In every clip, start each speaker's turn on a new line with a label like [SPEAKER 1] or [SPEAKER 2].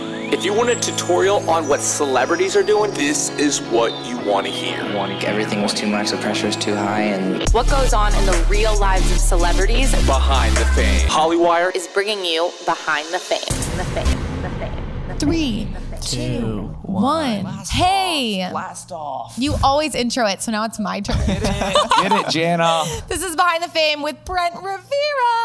[SPEAKER 1] If you want a tutorial on what celebrities are doing, this is what you want to hear.
[SPEAKER 2] Everything was too much, the pressure was too high, and
[SPEAKER 3] What goes on in the real lives of celebrities
[SPEAKER 1] Behind the fame. Hollywire
[SPEAKER 3] is bringing you behind the fame. The fame. The fame. The
[SPEAKER 4] Three, two, one. Hey,
[SPEAKER 5] Blast off.
[SPEAKER 4] you always intro it, so now it's my turn.
[SPEAKER 5] Get it, Jana.
[SPEAKER 4] this is Behind the Fame with Brent Rivera,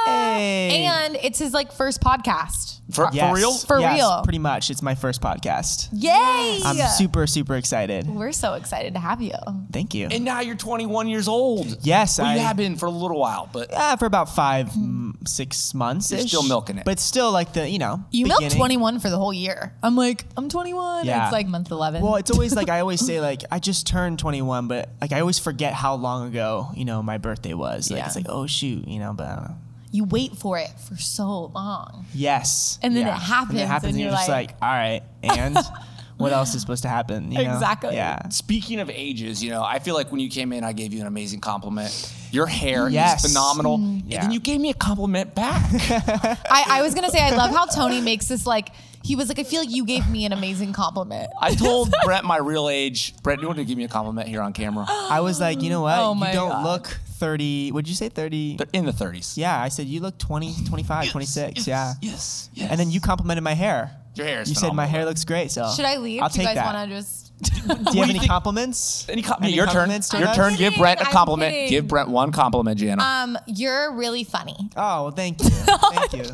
[SPEAKER 6] Hey.
[SPEAKER 4] and it's his like first podcast.
[SPEAKER 5] For, for real?
[SPEAKER 4] For
[SPEAKER 6] yes,
[SPEAKER 4] real.
[SPEAKER 6] Pretty much. It's my first podcast.
[SPEAKER 4] Yay!
[SPEAKER 6] I'm super, super excited.
[SPEAKER 4] We're so excited to have you.
[SPEAKER 6] Thank you.
[SPEAKER 5] And now you're 21 years old.
[SPEAKER 6] Yes,
[SPEAKER 5] Well, you
[SPEAKER 6] I-
[SPEAKER 5] have been for a little while, but
[SPEAKER 6] Uh, for about five,
[SPEAKER 4] Hmm.
[SPEAKER 6] mm, six months.
[SPEAKER 5] You're still milking it.
[SPEAKER 6] But still, like the, you know.
[SPEAKER 4] You milked
[SPEAKER 6] beginning.
[SPEAKER 4] 21 for the whole year. I'm like, I'm 21.
[SPEAKER 6] Yeah.
[SPEAKER 4] It's like month 11.
[SPEAKER 6] Well, it's always like I always say, like I just turned 21, but like I always forget how long ago, you know, my birthday was. Like
[SPEAKER 4] Yeah.
[SPEAKER 6] it's like, oh shoot, you know, but I don't know.
[SPEAKER 4] you wait for it for so long.
[SPEAKER 6] yes,
[SPEAKER 4] And then it
[SPEAKER 6] And it
[SPEAKER 4] happens,
[SPEAKER 6] happens,
[SPEAKER 4] and
[SPEAKER 6] and,
[SPEAKER 4] you're
[SPEAKER 6] you're just
[SPEAKER 4] like-
[SPEAKER 6] like, all right, and what else is supposed to happen? you know?
[SPEAKER 4] Exactly.
[SPEAKER 6] Yeah.
[SPEAKER 5] speaking of ages, you know, I feel like when you came in, I gave you an amazing compliment. Your hair
[SPEAKER 6] Yes. Mm.
[SPEAKER 5] is phenomenal.
[SPEAKER 6] yeah.
[SPEAKER 5] And then you gave me a compliment back.
[SPEAKER 4] I, I was gonna say I love how Tony makes this like he was like I feel like you gave me an amazing compliment.
[SPEAKER 5] I told Brett my real age. Brett, you want to give me a compliment here on camera?
[SPEAKER 6] I was like, you know what?
[SPEAKER 4] Oh my
[SPEAKER 6] you don't
[SPEAKER 4] God.
[SPEAKER 6] look 30. Would you say 30?
[SPEAKER 5] They're in the 30s.
[SPEAKER 6] Yeah, I said you look 20, 25, 26. yeah.
[SPEAKER 5] Yes. Yes.
[SPEAKER 6] And then you complimented my hair.
[SPEAKER 5] Your hair is
[SPEAKER 6] You said my
[SPEAKER 5] phenomenal.
[SPEAKER 6] hair looks great, so
[SPEAKER 4] Should I leave?
[SPEAKER 6] I'll
[SPEAKER 4] Do you
[SPEAKER 6] take
[SPEAKER 4] guys
[SPEAKER 6] that.
[SPEAKER 4] want to just?
[SPEAKER 6] Do you have any
[SPEAKER 5] think?
[SPEAKER 6] compliments?
[SPEAKER 5] Any com-
[SPEAKER 6] Any
[SPEAKER 5] your turn.
[SPEAKER 6] compliments to
[SPEAKER 5] Your
[SPEAKER 6] us?
[SPEAKER 5] turn. Give
[SPEAKER 4] kidding,
[SPEAKER 5] Brett a
[SPEAKER 4] I'm
[SPEAKER 5] compliment.
[SPEAKER 4] kidding.
[SPEAKER 5] Give Brett one compliment, Jana.
[SPEAKER 4] Um, you're really funny
[SPEAKER 6] Oh well, thank you, thank you.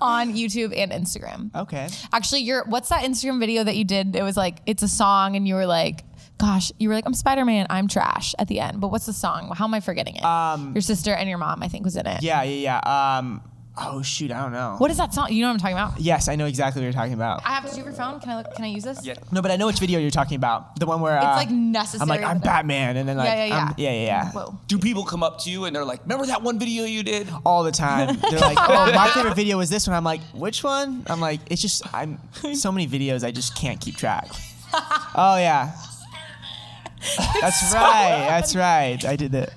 [SPEAKER 4] on YouTube and Instagram.
[SPEAKER 6] Okay.
[SPEAKER 4] Actually, you're. What's that Instagram video that you did? It was like it's a song, and you were like, "Gosh," you were like, "I'm Spider Man, I'm trash." At the end, but what's the song? How am I forgetting it? Um, your sister and your mom, I think, was in it.
[SPEAKER 6] Yeah, yeah, yeah. Um. Oh shoot, I don't know.
[SPEAKER 4] What is that song? You know what I'm talking about?
[SPEAKER 6] Yes, I know exactly what you're talking about.
[SPEAKER 4] I have to do your phone. Can I? Look, can I use this?
[SPEAKER 5] Yeah.
[SPEAKER 6] No, but I know which video you're talking about. The one where it's
[SPEAKER 4] like necessary
[SPEAKER 6] Uh, I'm like I'm
[SPEAKER 4] with it.
[SPEAKER 6] Batman, and then like
[SPEAKER 4] Yeah, yeah, yeah.
[SPEAKER 6] I'm- yeah, yeah, yeah.
[SPEAKER 4] Whoa.
[SPEAKER 5] Do people come up to you and they're like, "Remember that one video you did?"
[SPEAKER 6] All the time, they're like, "Oh, my favorite video is this one." I'm like, "Which one?" I'm like, "It's just I'm so many videos, I just can't keep track." oh yeah, that's right, that's right. I did that.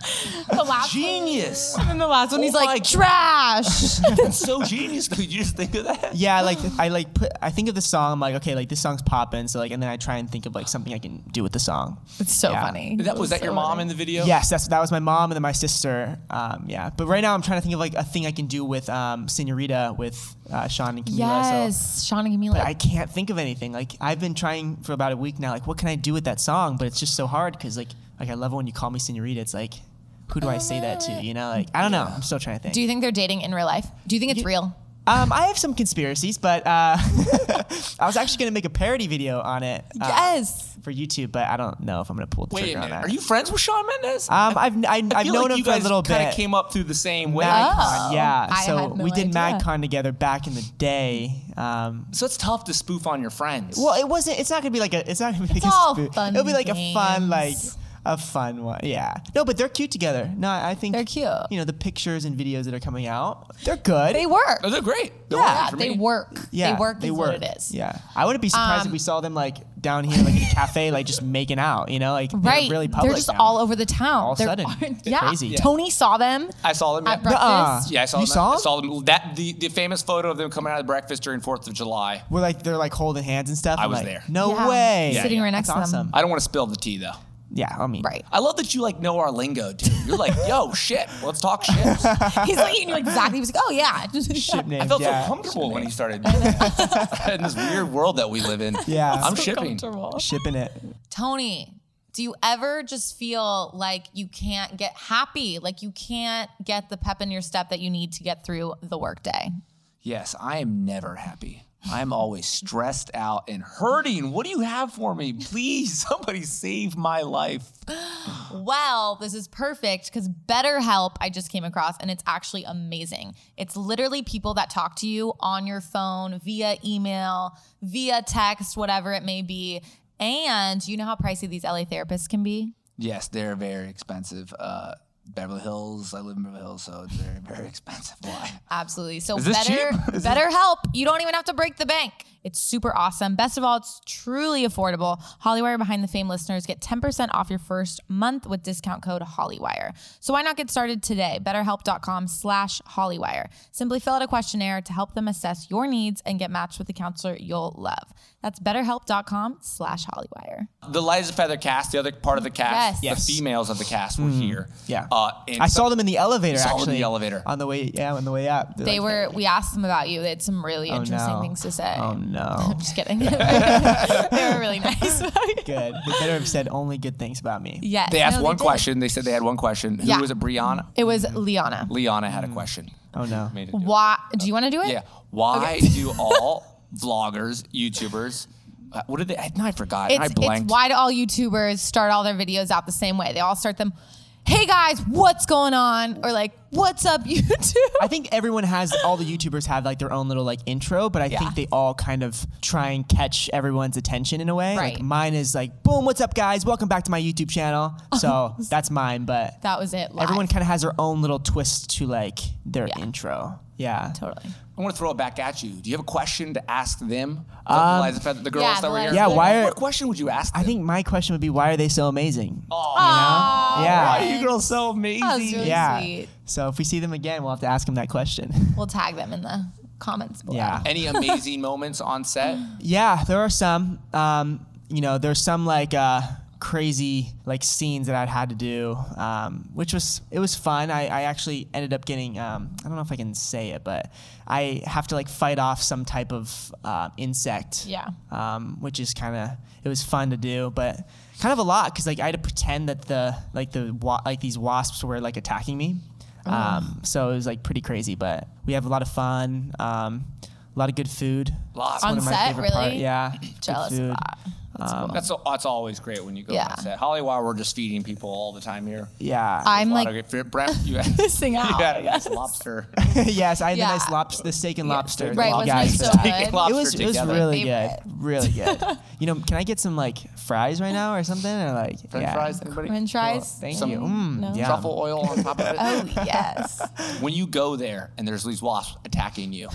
[SPEAKER 4] The last
[SPEAKER 5] Genius.
[SPEAKER 4] one. And the last one, he's
[SPEAKER 5] Oh
[SPEAKER 4] like,
[SPEAKER 5] my-
[SPEAKER 4] "Trash."
[SPEAKER 5] That's so genius. Could you just think of that?
[SPEAKER 6] Yeah, like I like put I think of the song. I'm like, okay, like this song's poppin', so like, and then I try and think of like something I can do with the song.
[SPEAKER 4] It's so
[SPEAKER 6] Yeah.
[SPEAKER 4] funny.
[SPEAKER 5] That was that
[SPEAKER 4] so
[SPEAKER 5] your mom
[SPEAKER 4] funny.
[SPEAKER 5] in the video?
[SPEAKER 6] Yes, that's that was my mom and then my sister. Um, yeah, but right now I'm trying to think of like a thing I can do with um, Senorita with uh, Sean and Camila. So
[SPEAKER 4] Yes, Sean and Camila.
[SPEAKER 6] I can't think of anything. Like I've been trying for about a week now. Like what can I do with that song? But it's just so hard because like like I love it when you call me Senorita. It's like who do I say that to? You know, like I don't know. I'm still trying to think.
[SPEAKER 4] Do you think they're dating in real life? Do you think it's real?
[SPEAKER 6] Um, I have some conspiracies, but uh, I was actually gonna make a parody video on it. uh,
[SPEAKER 4] yes.
[SPEAKER 6] for YouTube, but I don't know if I'm gonna pull the
[SPEAKER 5] Wait
[SPEAKER 6] trigger
[SPEAKER 5] a
[SPEAKER 6] on
[SPEAKER 5] minute.
[SPEAKER 6] that.
[SPEAKER 5] Are you friends with Sean Mendes?
[SPEAKER 6] Um, I've I, have i
[SPEAKER 5] I
[SPEAKER 6] have
[SPEAKER 5] feel
[SPEAKER 6] known
[SPEAKER 5] like
[SPEAKER 6] him
[SPEAKER 5] you
[SPEAKER 6] for a
[SPEAKER 5] guys
[SPEAKER 6] little
[SPEAKER 5] kinda
[SPEAKER 6] bit.
[SPEAKER 5] came up through the same way.
[SPEAKER 4] Oh.
[SPEAKER 6] yeah,
[SPEAKER 4] I
[SPEAKER 6] so
[SPEAKER 4] had no
[SPEAKER 6] we did
[SPEAKER 4] idea.
[SPEAKER 6] MadCon together back in the day. Um,
[SPEAKER 5] So it's tough to spoof on your friends.
[SPEAKER 6] well, it wasn't. It's not gonna be like a. It's not gonna be like a
[SPEAKER 4] all
[SPEAKER 6] spoo-
[SPEAKER 4] fun
[SPEAKER 6] It'll be like a fun like.
[SPEAKER 4] games.
[SPEAKER 6] A fun one, yeah. No, but they're cute together. No, I I think
[SPEAKER 4] They're cute.
[SPEAKER 6] You know the pictures and videos that are coming out, they're good.
[SPEAKER 4] They work.
[SPEAKER 5] Oh, they're great. They're
[SPEAKER 6] Yeah,
[SPEAKER 5] working
[SPEAKER 4] Yeah,
[SPEAKER 5] for
[SPEAKER 4] they
[SPEAKER 5] me.
[SPEAKER 4] work.
[SPEAKER 6] yeah,
[SPEAKER 4] they work
[SPEAKER 6] They
[SPEAKER 4] is
[SPEAKER 6] work.
[SPEAKER 4] what it is.
[SPEAKER 6] Yeah, I wouldn't be surprised
[SPEAKER 4] Um,
[SPEAKER 6] if we saw them like down here, like in a cafe, like just making out. You know, like they're
[SPEAKER 4] Right.
[SPEAKER 6] really public.
[SPEAKER 4] they're just
[SPEAKER 6] now.
[SPEAKER 4] all over the town.
[SPEAKER 6] All of a
[SPEAKER 4] They're-
[SPEAKER 6] sudden.
[SPEAKER 4] yeah.
[SPEAKER 6] Crazy. Ah. Yeah.
[SPEAKER 4] Tony saw them.
[SPEAKER 5] I saw them.
[SPEAKER 4] At
[SPEAKER 5] yeah.
[SPEAKER 4] breakfast.
[SPEAKER 6] Nuh-uh.
[SPEAKER 5] Yeah, I saw
[SPEAKER 6] You
[SPEAKER 5] them.
[SPEAKER 6] saw
[SPEAKER 5] I
[SPEAKER 6] them?
[SPEAKER 5] saw them. That the, the famous photo of them coming out of breakfast during Fourth of July.
[SPEAKER 6] We're like they're like holding hands and stuff.
[SPEAKER 5] I
[SPEAKER 6] I'm
[SPEAKER 5] was
[SPEAKER 6] like,
[SPEAKER 5] there.
[SPEAKER 6] No
[SPEAKER 4] Yeah.
[SPEAKER 6] way.
[SPEAKER 4] Sitting right next
[SPEAKER 6] That's
[SPEAKER 4] to them.
[SPEAKER 6] awesome.
[SPEAKER 5] I don't want to spill the tea though.
[SPEAKER 6] Yeah, I mean,
[SPEAKER 4] Right.
[SPEAKER 5] I love that you like know our lingo, dude. You're like, yo, shit, let's talk shit.
[SPEAKER 4] He's like, you knew exactly. He was like, oh yeah.
[SPEAKER 6] Ship name,
[SPEAKER 5] I felt
[SPEAKER 6] yeah.
[SPEAKER 5] so comfortable when he started in this weird world that we live in.
[SPEAKER 6] Yeah.
[SPEAKER 5] I'm
[SPEAKER 6] So
[SPEAKER 5] shipping.
[SPEAKER 6] Shipping it.
[SPEAKER 4] Tony, do you ever just feel like you can't get happy? Like you can't get the pep in your step that you need to get through the workday?
[SPEAKER 5] Yes, I am never happy. I'm always stressed out and hurting. What do you have for me? Please, somebody save my life.
[SPEAKER 4] Well, this is perfect because BetterHelp I just came across and it's actually amazing. It's literally people that talk to you on your phone, via email, via text, whatever it may be. And you know how pricey these LA therapists can be?
[SPEAKER 5] Yes, they're very expensive. Uh, Beverly Hills. I live in Beverly Hills, so it's very, very expensive. Why?
[SPEAKER 4] Absolutely. So
[SPEAKER 5] Is this
[SPEAKER 4] better
[SPEAKER 5] cheap? Is
[SPEAKER 4] better help. You don't even have to break the bank. It's super awesome. Best of all, it's truly affordable. Hollywire Behind the Fame listeners get 10% off your first month with discount code Hollywire. So why not get started today? BetterHelp.com slash Hollywire. Simply fill out a questionnaire to help them assess your needs and get matched with a counselor you'll love. That's BetterHelp.com slash Hollywire.
[SPEAKER 5] Um, The Light as a Feather cast, the other part of the
[SPEAKER 4] Yes.
[SPEAKER 5] cast, the
[SPEAKER 6] Yes. Hmm.
[SPEAKER 5] females of the cast were here.
[SPEAKER 6] Yeah.
[SPEAKER 5] Uh, and
[SPEAKER 6] I
[SPEAKER 5] so-
[SPEAKER 6] saw them in the elevator.
[SPEAKER 5] Saw them in
[SPEAKER 6] actually,
[SPEAKER 5] the elevator.
[SPEAKER 6] on the way. Yeah, on the way up. They're
[SPEAKER 4] They
[SPEAKER 6] like,
[SPEAKER 4] were, we asked them about you. They had some really interesting
[SPEAKER 6] no.
[SPEAKER 4] things to say.
[SPEAKER 6] Oh no.
[SPEAKER 4] Just kidding. they were really nice.
[SPEAKER 6] Good. They better have said only good things about me.
[SPEAKER 4] Yes.
[SPEAKER 5] They asked
[SPEAKER 4] No,
[SPEAKER 5] one
[SPEAKER 4] did.
[SPEAKER 5] question. They said they had one question.
[SPEAKER 4] Yeah. Mm.
[SPEAKER 5] Who was it? Brianna?
[SPEAKER 4] It was Liana.
[SPEAKER 5] Liana had a question.
[SPEAKER 6] Oh no.
[SPEAKER 5] Made it do it.
[SPEAKER 4] Why? Do you want to do it?
[SPEAKER 5] Yeah. Why do all vloggers, YouTubers, uh, what did they? I, no, I forgot.
[SPEAKER 4] It's,
[SPEAKER 5] I blanked.
[SPEAKER 4] it's why do all YouTubers start all their videos out the same way? They all start them, hey guys, what's going on? Or like, what's up, YouTube?
[SPEAKER 6] I think everyone has all the YouTubers have like their own little like intro, but I think they all kind of try and catch everyone's attention in a way.
[SPEAKER 4] Right.
[SPEAKER 6] Like mine is like, boom, what's up, guys? Welcome back to my YouTube channel. So that's mine, but
[SPEAKER 4] that was it. Live.
[SPEAKER 6] everyone kind of has their own little twist to like their
[SPEAKER 4] Yeah.
[SPEAKER 6] intro. Yeah.
[SPEAKER 4] totally.
[SPEAKER 5] I want to throw it back at you. Do you have a question to ask them? The Liza Feather- the girls
[SPEAKER 4] yeah,
[SPEAKER 5] that
[SPEAKER 4] the
[SPEAKER 5] were here.
[SPEAKER 4] Liza Yeah, Feather.
[SPEAKER 6] Um, why are-
[SPEAKER 5] what question would you ask?
[SPEAKER 6] I think my question would be, why are they so amazing?
[SPEAKER 4] Oh, Aw,
[SPEAKER 6] yeah.
[SPEAKER 5] you girls so
[SPEAKER 4] that was
[SPEAKER 5] amazing.
[SPEAKER 4] really
[SPEAKER 6] yeah.
[SPEAKER 4] sweet.
[SPEAKER 6] So if we see them again, we'll have to ask them that question.
[SPEAKER 4] We'll tag them in the comments below.
[SPEAKER 6] yeah.
[SPEAKER 5] Any amazing moments on set?
[SPEAKER 6] Yeah, there are some. Um, you know, there's some like uh, crazy like scenes that I'd had to do, um, which was it was fun. I, I actually ended up getting um, I don't know if I can say it, but I have to like fight off some type of uh, insect.
[SPEAKER 4] Yeah.
[SPEAKER 6] Um, which is kind of it was fun to do, but kind of a lot because like I had to pretend that the like the wa- like these wasps were like attacking me.
[SPEAKER 4] Oh.
[SPEAKER 6] Um, so it was like pretty crazy, but we have a lot of fun, um, a lot of good food.
[SPEAKER 5] Lots.
[SPEAKER 4] On
[SPEAKER 6] One of my
[SPEAKER 4] set,
[SPEAKER 6] favorite part.
[SPEAKER 4] really?
[SPEAKER 6] Yeah.
[SPEAKER 4] Jealous
[SPEAKER 6] Good
[SPEAKER 4] of
[SPEAKER 6] food.
[SPEAKER 4] that. That's cool.
[SPEAKER 5] That's, that's always great when you go
[SPEAKER 4] Oh. Yeah.
[SPEAKER 5] on set. Holly, while we're just feeding people all the time here.
[SPEAKER 6] Yeah.
[SPEAKER 4] I'm
[SPEAKER 5] A lot
[SPEAKER 4] like
[SPEAKER 5] of great- Brett, you had,
[SPEAKER 4] missing out.
[SPEAKER 5] you had a nice lobster.
[SPEAKER 6] yes, I had
[SPEAKER 4] Yeah.
[SPEAKER 6] the nice lobster, the steak and lobster.
[SPEAKER 4] Right,
[SPEAKER 6] Thank you
[SPEAKER 4] wasn't
[SPEAKER 6] guys
[SPEAKER 4] it
[SPEAKER 6] for
[SPEAKER 4] so
[SPEAKER 6] that.
[SPEAKER 4] good?
[SPEAKER 5] Lobster
[SPEAKER 6] It was it was
[SPEAKER 5] together.
[SPEAKER 6] really good,
[SPEAKER 4] Favorite.
[SPEAKER 6] really good. you know, can I get some like fries right now or something? Or like
[SPEAKER 5] French
[SPEAKER 6] yeah.
[SPEAKER 5] fries, anybody?
[SPEAKER 4] French fries.
[SPEAKER 6] Thank
[SPEAKER 5] Some
[SPEAKER 6] you. Mm,
[SPEAKER 4] No.
[SPEAKER 6] yum.
[SPEAKER 5] Truffle oil on top of it.
[SPEAKER 4] Oh yes.
[SPEAKER 5] When you go there and there's these wasps attacking you,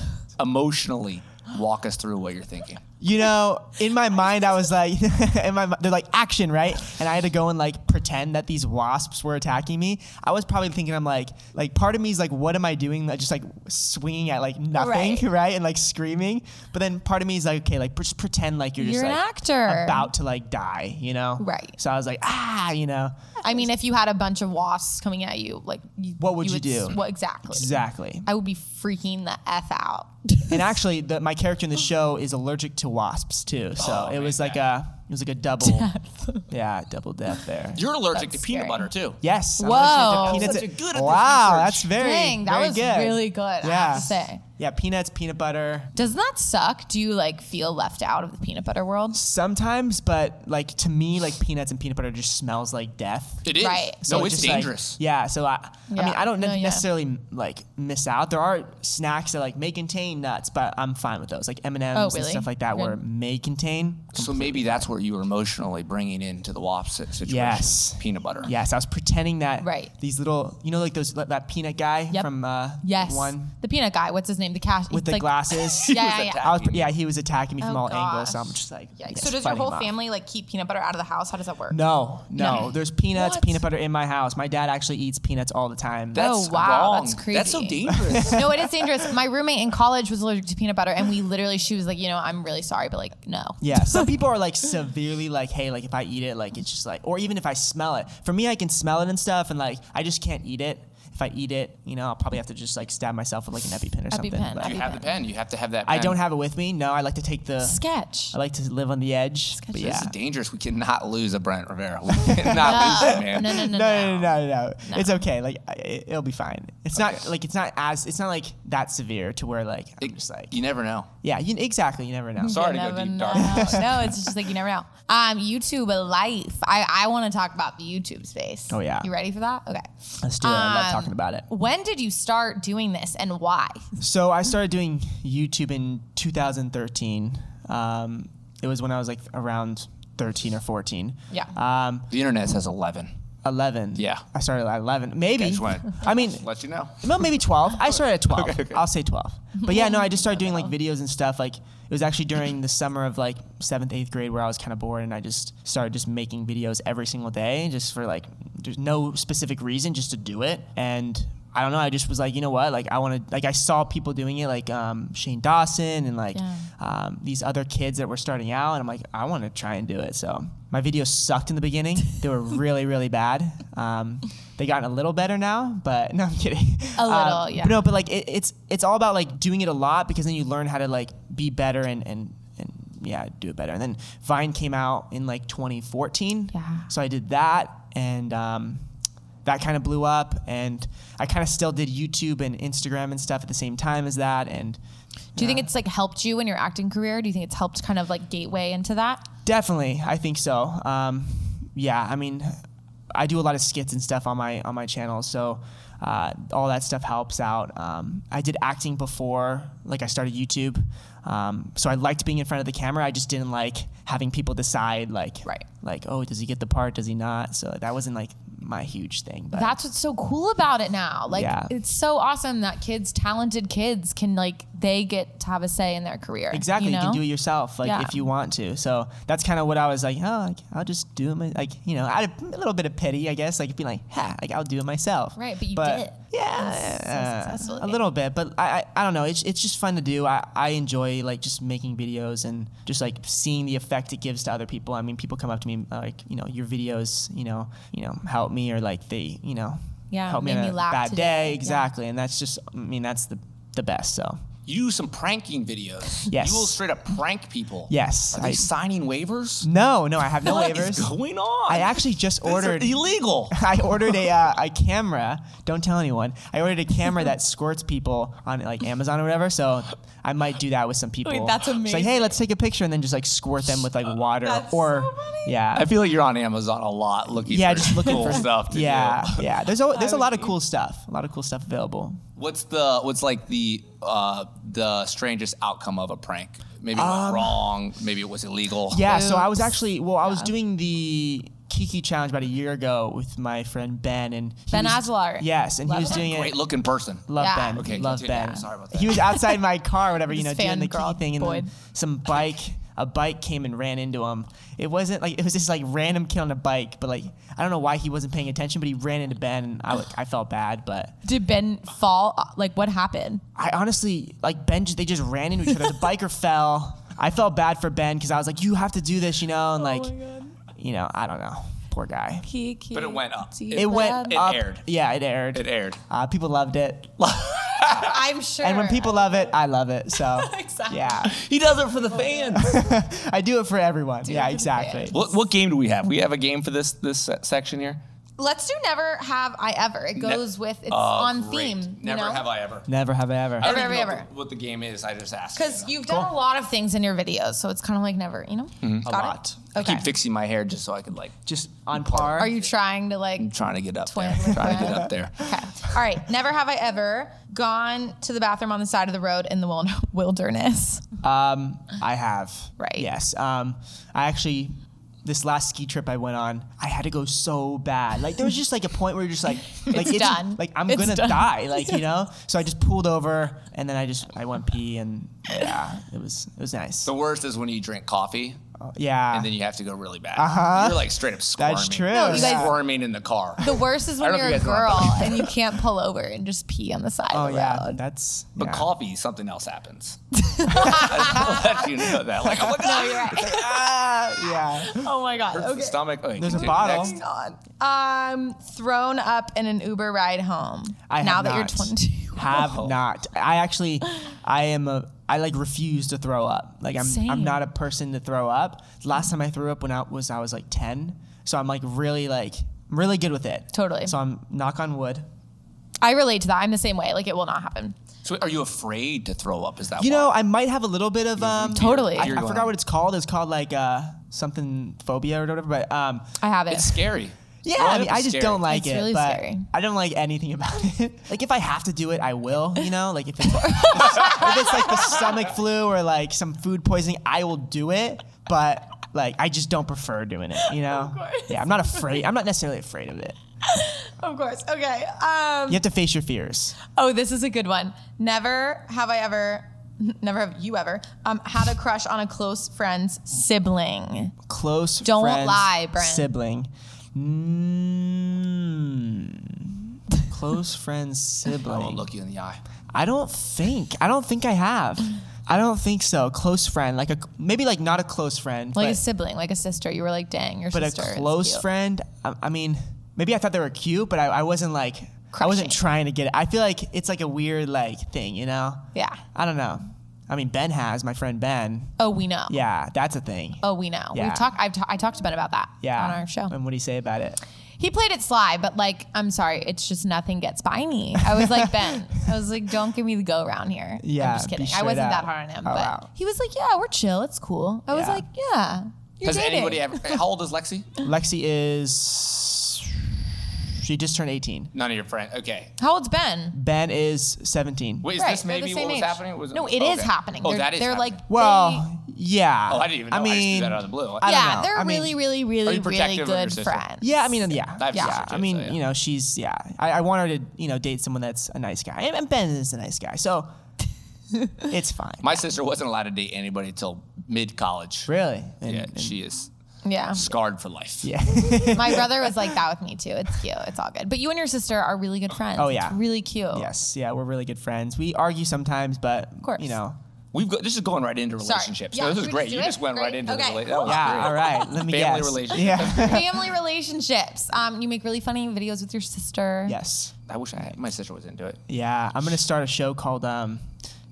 [SPEAKER 5] emotionally walk us through what you're thinking.
[SPEAKER 6] You know, in my mind, I was like, in my mi- they're like action, right? And I had to go and like pretend that these wasps were attacking me. I was probably thinking, I'm like, like part of me is like, what am I doing? Like, just like swinging at like nothing,
[SPEAKER 4] Right.
[SPEAKER 6] right? And like screaming. But then part of me is like, okay, like just pretend like you're just
[SPEAKER 4] You're an
[SPEAKER 6] like
[SPEAKER 4] actor.
[SPEAKER 6] about to like die, you know?
[SPEAKER 4] Right.
[SPEAKER 6] So I was like, ah, you know,
[SPEAKER 4] I mean, if you had a bunch of wasps coming at you, like you,
[SPEAKER 6] What would you
[SPEAKER 4] s-
[SPEAKER 6] do?
[SPEAKER 4] What exactly?
[SPEAKER 6] exactly.
[SPEAKER 4] I would be freaking the f out.
[SPEAKER 6] and actually, the, my character in the show is allergic to wasps too. So it was like a, it was like a double, yeah, double death there.
[SPEAKER 5] You're allergic
[SPEAKER 4] That's
[SPEAKER 5] to peanut
[SPEAKER 4] scary.
[SPEAKER 5] butter too.
[SPEAKER 6] Yes. I'm
[SPEAKER 4] Whoa.
[SPEAKER 6] allergic to
[SPEAKER 5] Such a good at this
[SPEAKER 6] wow,
[SPEAKER 5] research.
[SPEAKER 6] that's very
[SPEAKER 4] Dang, that
[SPEAKER 6] very
[SPEAKER 4] was
[SPEAKER 6] good.
[SPEAKER 4] really good. I have to say.
[SPEAKER 6] Yeah, peanuts, peanut butter.
[SPEAKER 4] Doesn't that suck? Do you like feel left out of the peanut butter world?
[SPEAKER 6] Sometimes, but like to me, like peanuts and peanut butter just smells like death.
[SPEAKER 5] It is.
[SPEAKER 4] Right.
[SPEAKER 5] No,
[SPEAKER 6] it
[SPEAKER 5] it's
[SPEAKER 6] just, like-
[SPEAKER 5] dangerous.
[SPEAKER 6] yeah, so I, I mean,
[SPEAKER 4] Yeah.
[SPEAKER 6] I don't ne-
[SPEAKER 4] No, yeah.
[SPEAKER 6] necessarily like miss out. There are snacks that like may contain nuts, but I'm fine with those, like M and M's
[SPEAKER 4] Oh,
[SPEAKER 6] and
[SPEAKER 4] really?
[SPEAKER 6] stuff like that, where it may contain.
[SPEAKER 5] so maybe that's where you were emotionally bringing into the wasp si- situation.
[SPEAKER 6] Yes.
[SPEAKER 5] Peanut butter.
[SPEAKER 6] Yes, I was pretending that
[SPEAKER 4] Right.
[SPEAKER 6] these little, you know, like those that peanut guy
[SPEAKER 4] Yep.
[SPEAKER 6] from uh,
[SPEAKER 4] Yes.
[SPEAKER 6] one
[SPEAKER 4] The peanut guy. What's his name? The cash
[SPEAKER 6] with the glasses.
[SPEAKER 4] Yeah, yeah, yeah.
[SPEAKER 6] I was, yeah, he was attacking me from
[SPEAKER 4] Oh,
[SPEAKER 6] all angles. So I'm
[SPEAKER 4] gosh.
[SPEAKER 6] just like,
[SPEAKER 4] Yikes.
[SPEAKER 6] yeah,
[SPEAKER 4] So does your
[SPEAKER 6] fighting
[SPEAKER 4] whole
[SPEAKER 6] him off.
[SPEAKER 4] family like keep peanut butter out of the house? How does that work?
[SPEAKER 6] No, no,
[SPEAKER 4] No.
[SPEAKER 6] There's peanuts,
[SPEAKER 4] What?
[SPEAKER 6] peanut butter in my house. My dad actually eats peanuts all the time.
[SPEAKER 5] That's
[SPEAKER 4] Oh, wow,
[SPEAKER 5] wrong.
[SPEAKER 4] that's
[SPEAKER 5] That's so
[SPEAKER 4] crazy.
[SPEAKER 5] dangerous.
[SPEAKER 4] No, it is dangerous. My roommate in college was allergic to peanut butter, and we literally, she was like, you know, I'm really sorry, but like, no.
[SPEAKER 6] yeah, some people are like severely like, hey, like if I eat it, like it's just like, or even if I smell it. For me, I can smell it and stuff, and like I just can't eat it. If I eat it, you know, I'll probably have to just like stab myself with like an EpiPen or something.
[SPEAKER 4] EpiPen,
[SPEAKER 6] but
[SPEAKER 5] you have the pen. You have to have that
[SPEAKER 6] I
[SPEAKER 5] pen.
[SPEAKER 6] don't have it with me. No, I like to take the.
[SPEAKER 4] Sketch.
[SPEAKER 6] I like to live on the edge. But
[SPEAKER 5] This
[SPEAKER 6] yeah.
[SPEAKER 5] is dangerous. We cannot lose a Brent Rivera. We cannot lose it, man.
[SPEAKER 4] Uh, No, no, no, no.
[SPEAKER 6] no, no, no, no, no. It's okay. Like I- it, it'll be fine. It's not like it's not as it's not like that severe to where like I'm just like
[SPEAKER 5] You never know.
[SPEAKER 6] yeah. You, exactly. You never know.
[SPEAKER 5] Sorry to
[SPEAKER 4] never
[SPEAKER 5] go deep
[SPEAKER 4] know.
[SPEAKER 5] dark.
[SPEAKER 4] no, it's just like you never know. Um, YouTube life. I, I want to talk about the YouTube space.
[SPEAKER 6] Oh, yeah.
[SPEAKER 4] You ready for that? Okay.
[SPEAKER 6] Let's do it. I love
[SPEAKER 4] Um,
[SPEAKER 6] talking about it.
[SPEAKER 4] When did you start doing this and why?
[SPEAKER 6] So I started doing YouTube in 2013. Um, it was when I was like around 13 or 14.
[SPEAKER 4] Yeah.
[SPEAKER 6] Um,
[SPEAKER 5] The internet says 11.
[SPEAKER 6] 11.
[SPEAKER 5] Yeah.
[SPEAKER 6] I started at 11. Maybe.
[SPEAKER 5] Just went-
[SPEAKER 6] I mean,
[SPEAKER 5] Let you know.
[SPEAKER 6] No, maybe 12. I started at 12. I'll say 12. But yeah, no, I just started doing like videos and stuff. Like it was actually during the summer of like seventh, eighth grade where I was kind of bored and I just started just making videos every single day just for like, there's no specific reason just to do it. And I don't know. I just was like, you know what? Like, I want to, like, I saw people doing it, like um, Shane Dawson and like
[SPEAKER 4] Yeah.
[SPEAKER 6] um, these other kids that were starting out. And I'm like, I want to try and do it. So my videos sucked in the beginning. They were really, really bad. Um, they gotten a little better now, but no, I'm kidding.
[SPEAKER 4] A
[SPEAKER 6] Um,
[SPEAKER 4] little, yeah.
[SPEAKER 6] but No, but like, it, it's, it's all about like doing it a lot because then you learn how to like be better and, and, and yeah, do it better. And then Vine came out in like 2014.
[SPEAKER 4] Yeah.
[SPEAKER 6] So I did that, and um, that kind of blew up. And I kind of still did YouTube and Instagram and stuff at the same time as that. And
[SPEAKER 4] Do you think it's like helped you in your acting career? Do you think it's helped kind of like gateway into that?
[SPEAKER 6] definitely, I think so. Um, yeah, I mean, I do a lot of skits and stuff on my on my channel, so. Uh, all that stuff helps out. Um, I did acting before, like I started YouTube, um, so I liked being in front of the camera. I just didn't like having people decide, like,
[SPEAKER 4] Right.
[SPEAKER 6] like, oh, does he get the part? Does he not? So that wasn't like my huge thing. But
[SPEAKER 4] That's what's so cool about it now. Like
[SPEAKER 6] Yeah.
[SPEAKER 4] it's so awesome that kids, talented kids, can like they get to have a say in their career.
[SPEAKER 6] Exactly. You,
[SPEAKER 4] know?
[SPEAKER 6] can do it yourself, like
[SPEAKER 4] Yeah.
[SPEAKER 6] if you want to. So that's kind of what I was like. Oh, like, I'll just do it. My, like you know, I had a little bit of pity, I guess. Like being like, ha, like I'll do it myself.
[SPEAKER 4] Right, but you did it.
[SPEAKER 6] Yeah,
[SPEAKER 4] so successful
[SPEAKER 6] a
[SPEAKER 4] at it.
[SPEAKER 6] little bit. But I, I, I don't know. It's it's just fun to do. I, I enjoy like just making videos and just like seeing the effect it gives to other people. I mean, people come up to me uh, like, you know, your videos, you know, you know, help me or like they, you know,
[SPEAKER 4] Yeah,
[SPEAKER 6] help me
[SPEAKER 4] made
[SPEAKER 6] on
[SPEAKER 4] me
[SPEAKER 6] a
[SPEAKER 4] laugh
[SPEAKER 6] bad
[SPEAKER 4] today.
[SPEAKER 6] day.
[SPEAKER 4] Yeah.
[SPEAKER 6] Exactly. And that's just, I mean, that's the the best. So
[SPEAKER 5] You do some pranking videos.
[SPEAKER 6] Yes.
[SPEAKER 5] You will straight up prank people.
[SPEAKER 6] Yes,
[SPEAKER 5] Are they
[SPEAKER 6] I-
[SPEAKER 5] signing waivers?
[SPEAKER 6] no, no, I have no
[SPEAKER 5] What
[SPEAKER 6] waivers.
[SPEAKER 5] is going on?
[SPEAKER 6] I actually just
[SPEAKER 5] These are
[SPEAKER 6] ordered.
[SPEAKER 5] illegal.
[SPEAKER 6] I ordered a, uh, a camera. Don't tell anyone. I ordered a camera that squirts people on like Amazon or whatever. So I might do that with some people.
[SPEAKER 4] Wait, that's
[SPEAKER 6] It's like, hey, let's take a picture and then just like squirt them with like water
[SPEAKER 4] That's
[SPEAKER 6] or
[SPEAKER 4] so funny.
[SPEAKER 6] yeah,
[SPEAKER 5] I feel like you're on Amazon a lot looking
[SPEAKER 6] yeah,
[SPEAKER 5] for
[SPEAKER 6] just looking
[SPEAKER 5] cool
[SPEAKER 6] for
[SPEAKER 5] stuff. To
[SPEAKER 6] yeah,
[SPEAKER 5] do.
[SPEAKER 6] yeah. There's a, there's a lot of cool stuff. A lot of cool stuff available.
[SPEAKER 5] What's the what's like the uh, the strangest outcome of a prank? Maybe it went wrong. Maybe it was illegal.
[SPEAKER 6] Um, Yeah, so I was
[SPEAKER 4] Oops.
[SPEAKER 6] actually well, I was doing the Kiki challenge about a year ago with my friend Ben and he
[SPEAKER 4] Ben
[SPEAKER 6] was-
[SPEAKER 4] Aslar.
[SPEAKER 6] Yes, and
[SPEAKER 4] Love
[SPEAKER 6] he was
[SPEAKER 4] him.
[SPEAKER 6] doing it.
[SPEAKER 5] Great looking person.
[SPEAKER 6] Love
[SPEAKER 4] Yeah.
[SPEAKER 6] Ben.
[SPEAKER 5] Okay,
[SPEAKER 6] love
[SPEAKER 5] continue.
[SPEAKER 6] Ben.
[SPEAKER 5] Sorry about that.
[SPEAKER 6] He was outside my car, or whatever, you know,
[SPEAKER 4] Just
[SPEAKER 6] doing the key
[SPEAKER 4] fangirl
[SPEAKER 6] thing, and
[SPEAKER 4] Boyd.
[SPEAKER 6] then some bike, a bike came and ran into him. It wasn't like it was this like random kid on a bike, but like I don't know why he wasn't paying attention, but he ran into Ben, and I like, I felt bad, but
[SPEAKER 4] Did Ben fall? Like what happened?
[SPEAKER 6] I honestly like Ben. They just ran into each other. The biker fell. I felt bad for Ben because I was like, you have to do this, you know,
[SPEAKER 4] Oh
[SPEAKER 6] and like, you know, I don't know, poor guy.
[SPEAKER 5] But it went up.
[SPEAKER 6] It went
[SPEAKER 5] It
[SPEAKER 6] up.
[SPEAKER 5] aired.
[SPEAKER 6] Yeah, it aired.
[SPEAKER 5] It aired.
[SPEAKER 6] Uh, people loved it,
[SPEAKER 4] I'm sure.
[SPEAKER 6] and when people love it, I love it. So
[SPEAKER 4] Exactly.
[SPEAKER 6] yeah.
[SPEAKER 5] He does it for the fans.
[SPEAKER 6] I do it for everyone. yeah, exactly.
[SPEAKER 5] what, what game do we have? We have a game for this this se- section here.
[SPEAKER 4] let's do never have I ever. It goes with it's on
[SPEAKER 5] Oh, Great.
[SPEAKER 4] Um, theme.
[SPEAKER 5] Never
[SPEAKER 4] you know?
[SPEAKER 5] have I ever.
[SPEAKER 6] Never have I ever.
[SPEAKER 5] I don't
[SPEAKER 4] Never
[SPEAKER 5] even
[SPEAKER 4] have
[SPEAKER 5] know
[SPEAKER 4] I
[SPEAKER 5] what
[SPEAKER 4] ever.
[SPEAKER 5] the, what the game is. I just asked.
[SPEAKER 4] Because you've done a lot of things in your videos, so it's kind of like never, you know.
[SPEAKER 6] Mm-hmm. A
[SPEAKER 4] Got it?
[SPEAKER 6] lot.
[SPEAKER 5] I
[SPEAKER 4] Okay.
[SPEAKER 5] keep fixing my hair just so I could like
[SPEAKER 6] Just on par.
[SPEAKER 4] Are you trying to like?
[SPEAKER 5] trying to get up
[SPEAKER 4] Twin
[SPEAKER 5] there.
[SPEAKER 4] with
[SPEAKER 5] trying to get
[SPEAKER 4] that.
[SPEAKER 5] up there.
[SPEAKER 4] Okay. All right. Never have I ever gone to the bathroom on the side of the road in the wil- wilderness.
[SPEAKER 6] Um, I have.
[SPEAKER 4] Right.
[SPEAKER 6] Yes. Um, I actually, this last ski trip I went on, I had to go so bad. Like there was just like a point where you're just like, like
[SPEAKER 4] done.
[SPEAKER 6] like I'm
[SPEAKER 4] It's
[SPEAKER 6] gonna
[SPEAKER 4] done.
[SPEAKER 6] die. Like you know. So I just pulled over and then I just I went pee and yeah, it was it was nice.
[SPEAKER 5] The worst is when you drink coffee
[SPEAKER 6] yeah.
[SPEAKER 5] and then you have to go really bad. Uh-huh. You're like straight up squirming.
[SPEAKER 6] That's true.
[SPEAKER 4] No, you guys-
[SPEAKER 5] Squirming in the car.
[SPEAKER 4] The worst is
[SPEAKER 5] I
[SPEAKER 4] when
[SPEAKER 5] don't
[SPEAKER 4] you're
[SPEAKER 5] know
[SPEAKER 4] a
[SPEAKER 5] if you guys know
[SPEAKER 4] girl
[SPEAKER 5] about
[SPEAKER 4] and you can't pull over and just pee on the side
[SPEAKER 6] oh
[SPEAKER 4] of the
[SPEAKER 6] yeah,
[SPEAKER 4] road.
[SPEAKER 6] that's.
[SPEAKER 5] But
[SPEAKER 6] yeah.
[SPEAKER 5] coffee, something else happens. I'll let you know that. Like, oh my god,
[SPEAKER 4] You're right.
[SPEAKER 6] Ah, yeah.
[SPEAKER 4] Oh my god.
[SPEAKER 5] hurts the
[SPEAKER 4] Okay.
[SPEAKER 5] stomach. Okay,
[SPEAKER 6] There's a
[SPEAKER 5] continue.
[SPEAKER 6] bottle.
[SPEAKER 5] Next.
[SPEAKER 4] Um, thrown up in an Uber ride home.
[SPEAKER 6] I
[SPEAKER 4] now
[SPEAKER 6] have
[SPEAKER 4] that you're
[SPEAKER 6] not.
[SPEAKER 4] 22.
[SPEAKER 6] Have not. I actually, I am a. I like refuse to throw up. Like I'm,
[SPEAKER 4] Same.
[SPEAKER 6] I'm not a person to throw up. Last time I threw up when I was I was like ten. So I'm like really like I'm really good with it.
[SPEAKER 4] Totally.
[SPEAKER 6] So I'm knock on wood.
[SPEAKER 4] I relate to that. I'm the same way. Like it will not happen.
[SPEAKER 5] So, are you afraid to throw up? Is that
[SPEAKER 6] You
[SPEAKER 5] why?
[SPEAKER 6] know I might have a little bit of um.
[SPEAKER 4] Totally.
[SPEAKER 6] I,
[SPEAKER 5] You're
[SPEAKER 6] I
[SPEAKER 5] going-
[SPEAKER 6] forgot what it's called. It's called like uh something phobia or whatever. But um.
[SPEAKER 4] I have it.
[SPEAKER 5] it's scary.
[SPEAKER 6] Yeah,
[SPEAKER 5] Throwing
[SPEAKER 6] I, mean,
[SPEAKER 5] up is
[SPEAKER 6] I just
[SPEAKER 5] scary.
[SPEAKER 6] don't like
[SPEAKER 4] It's
[SPEAKER 6] it.
[SPEAKER 4] really
[SPEAKER 6] but
[SPEAKER 4] scary.
[SPEAKER 6] I don't like anything about it. like if I have to do it, I will. You know, like if it's, if it's like the stomach flu or like some food poisoning, I will do it. But like I just don't prefer doing it. You know. Yeah, I'm not afraid. I'm not necessarily afraid of it.
[SPEAKER 4] Of course. Okay. Um,
[SPEAKER 6] You have to face your fears.
[SPEAKER 4] oh, this is a good one. Never have I ever Never have you ever. Um, had a crush on a close friend's sibling.
[SPEAKER 6] Close
[SPEAKER 4] Don't
[SPEAKER 6] friends,
[SPEAKER 4] lie, Brent.
[SPEAKER 6] Sibling. Mm, close friends,
[SPEAKER 4] Oh,
[SPEAKER 5] I won't
[SPEAKER 6] sibling.
[SPEAKER 5] look you in the eye.
[SPEAKER 6] I don't think. I don't think I have. I don't think so. Close friend, like a maybe like not a close friend,
[SPEAKER 4] Like a
[SPEAKER 6] but,
[SPEAKER 4] sibling, like a sister. You were like, dang, your
[SPEAKER 6] but a
[SPEAKER 4] sister. it's
[SPEAKER 6] close
[SPEAKER 4] cute.
[SPEAKER 6] friend. I, I mean, maybe I thought they were cute, but I, I wasn't like I wasn't
[SPEAKER 4] Crushing.
[SPEAKER 6] trying to get it. I feel like it's like a weird like thing, you know?
[SPEAKER 4] Yeah.
[SPEAKER 6] I don't know. I mean, Ben has my friend Ben.
[SPEAKER 4] Oh, we know.
[SPEAKER 6] Yeah, that's a thing.
[SPEAKER 4] Oh, we know.
[SPEAKER 6] Yeah.
[SPEAKER 4] We've talked. I've ta- I talked to Ben about that.
[SPEAKER 6] yeah. Um,
[SPEAKER 4] On our show.
[SPEAKER 6] And what do you say about it?
[SPEAKER 4] He played it sly, but like, I'm sorry, it's just nothing gets by me. I was like, Ben, I was like, don't give me the go around here.
[SPEAKER 6] Yeah,
[SPEAKER 4] I'm just
[SPEAKER 6] be
[SPEAKER 4] kidding. I
[SPEAKER 6] straight
[SPEAKER 4] wasn't
[SPEAKER 6] out.
[SPEAKER 4] that hard on him, but
[SPEAKER 6] Oh, wow.
[SPEAKER 4] he was like, yeah, we're chill. It's cool. I was
[SPEAKER 6] Yeah.
[SPEAKER 4] like, yeah, you're
[SPEAKER 5] Has
[SPEAKER 4] dating.
[SPEAKER 5] anybody ever? How old is Lexi?
[SPEAKER 6] Lexi is she just turned 18.
[SPEAKER 5] None of your friends. Okay.
[SPEAKER 4] How old's Ben?
[SPEAKER 6] Ben is 17.
[SPEAKER 5] Wait, is
[SPEAKER 4] Right,
[SPEAKER 5] this
[SPEAKER 4] they're the
[SPEAKER 5] maybe
[SPEAKER 4] same
[SPEAKER 5] what was
[SPEAKER 4] age.
[SPEAKER 5] happening? Was,
[SPEAKER 4] No, it is happening.
[SPEAKER 5] Oh,
[SPEAKER 4] they're,
[SPEAKER 5] that is
[SPEAKER 4] They're
[SPEAKER 5] happening.
[SPEAKER 4] like,
[SPEAKER 6] Well, yeah.
[SPEAKER 5] Oh, I didn't even know. I,
[SPEAKER 6] I mean,
[SPEAKER 5] just knew that out of the blue.
[SPEAKER 6] I
[SPEAKER 4] they,
[SPEAKER 6] don't
[SPEAKER 4] yeah,
[SPEAKER 6] know.
[SPEAKER 4] they're
[SPEAKER 6] I mean-
[SPEAKER 4] really, really, really, really
[SPEAKER 5] protective of your
[SPEAKER 4] good
[SPEAKER 5] sister?
[SPEAKER 4] friends.
[SPEAKER 6] Yeah, I mean, yeah,
[SPEAKER 5] I have a
[SPEAKER 6] yeah.
[SPEAKER 5] sister too,
[SPEAKER 6] I mean,
[SPEAKER 5] so yeah.
[SPEAKER 6] you know, she's yeah. I, I want her to you know date someone that's a nice guy, and, and Ben is a nice guy, so it's fine.
[SPEAKER 5] My sister wasn't allowed to date anybody till mid college.
[SPEAKER 6] really, And-
[SPEAKER 5] Yeah,
[SPEAKER 6] and-
[SPEAKER 5] she is
[SPEAKER 4] yeah.
[SPEAKER 5] scarred for life.
[SPEAKER 6] yeah.
[SPEAKER 4] My brother was like that with me too. It's cute. It's all good. But you and your sister are really good friends.
[SPEAKER 6] Oh,
[SPEAKER 4] It's
[SPEAKER 6] yeah.
[SPEAKER 4] really cute.
[SPEAKER 6] yes, yeah. We're really good friends. We argue sometimes, but of
[SPEAKER 4] course.
[SPEAKER 6] you know,
[SPEAKER 5] We've got this is going right into
[SPEAKER 4] Sorry.
[SPEAKER 5] relationships.
[SPEAKER 4] Yeah,
[SPEAKER 5] no, this is
[SPEAKER 4] should we
[SPEAKER 5] great.
[SPEAKER 4] just
[SPEAKER 5] you
[SPEAKER 4] do
[SPEAKER 5] just
[SPEAKER 4] it?
[SPEAKER 5] went right
[SPEAKER 4] Great.
[SPEAKER 5] into
[SPEAKER 4] Okay,
[SPEAKER 5] the relationship.
[SPEAKER 4] cool.
[SPEAKER 5] That was
[SPEAKER 6] yeah.
[SPEAKER 5] great.
[SPEAKER 6] All right, let me
[SPEAKER 5] Family
[SPEAKER 6] guess.
[SPEAKER 5] relationship.
[SPEAKER 6] Yeah.
[SPEAKER 4] Family relationships. Um, you make really funny videos with your sister.
[SPEAKER 6] yes.
[SPEAKER 5] I wish I had, my sister was into it.
[SPEAKER 6] Yeah, I'm gonna start a show called um,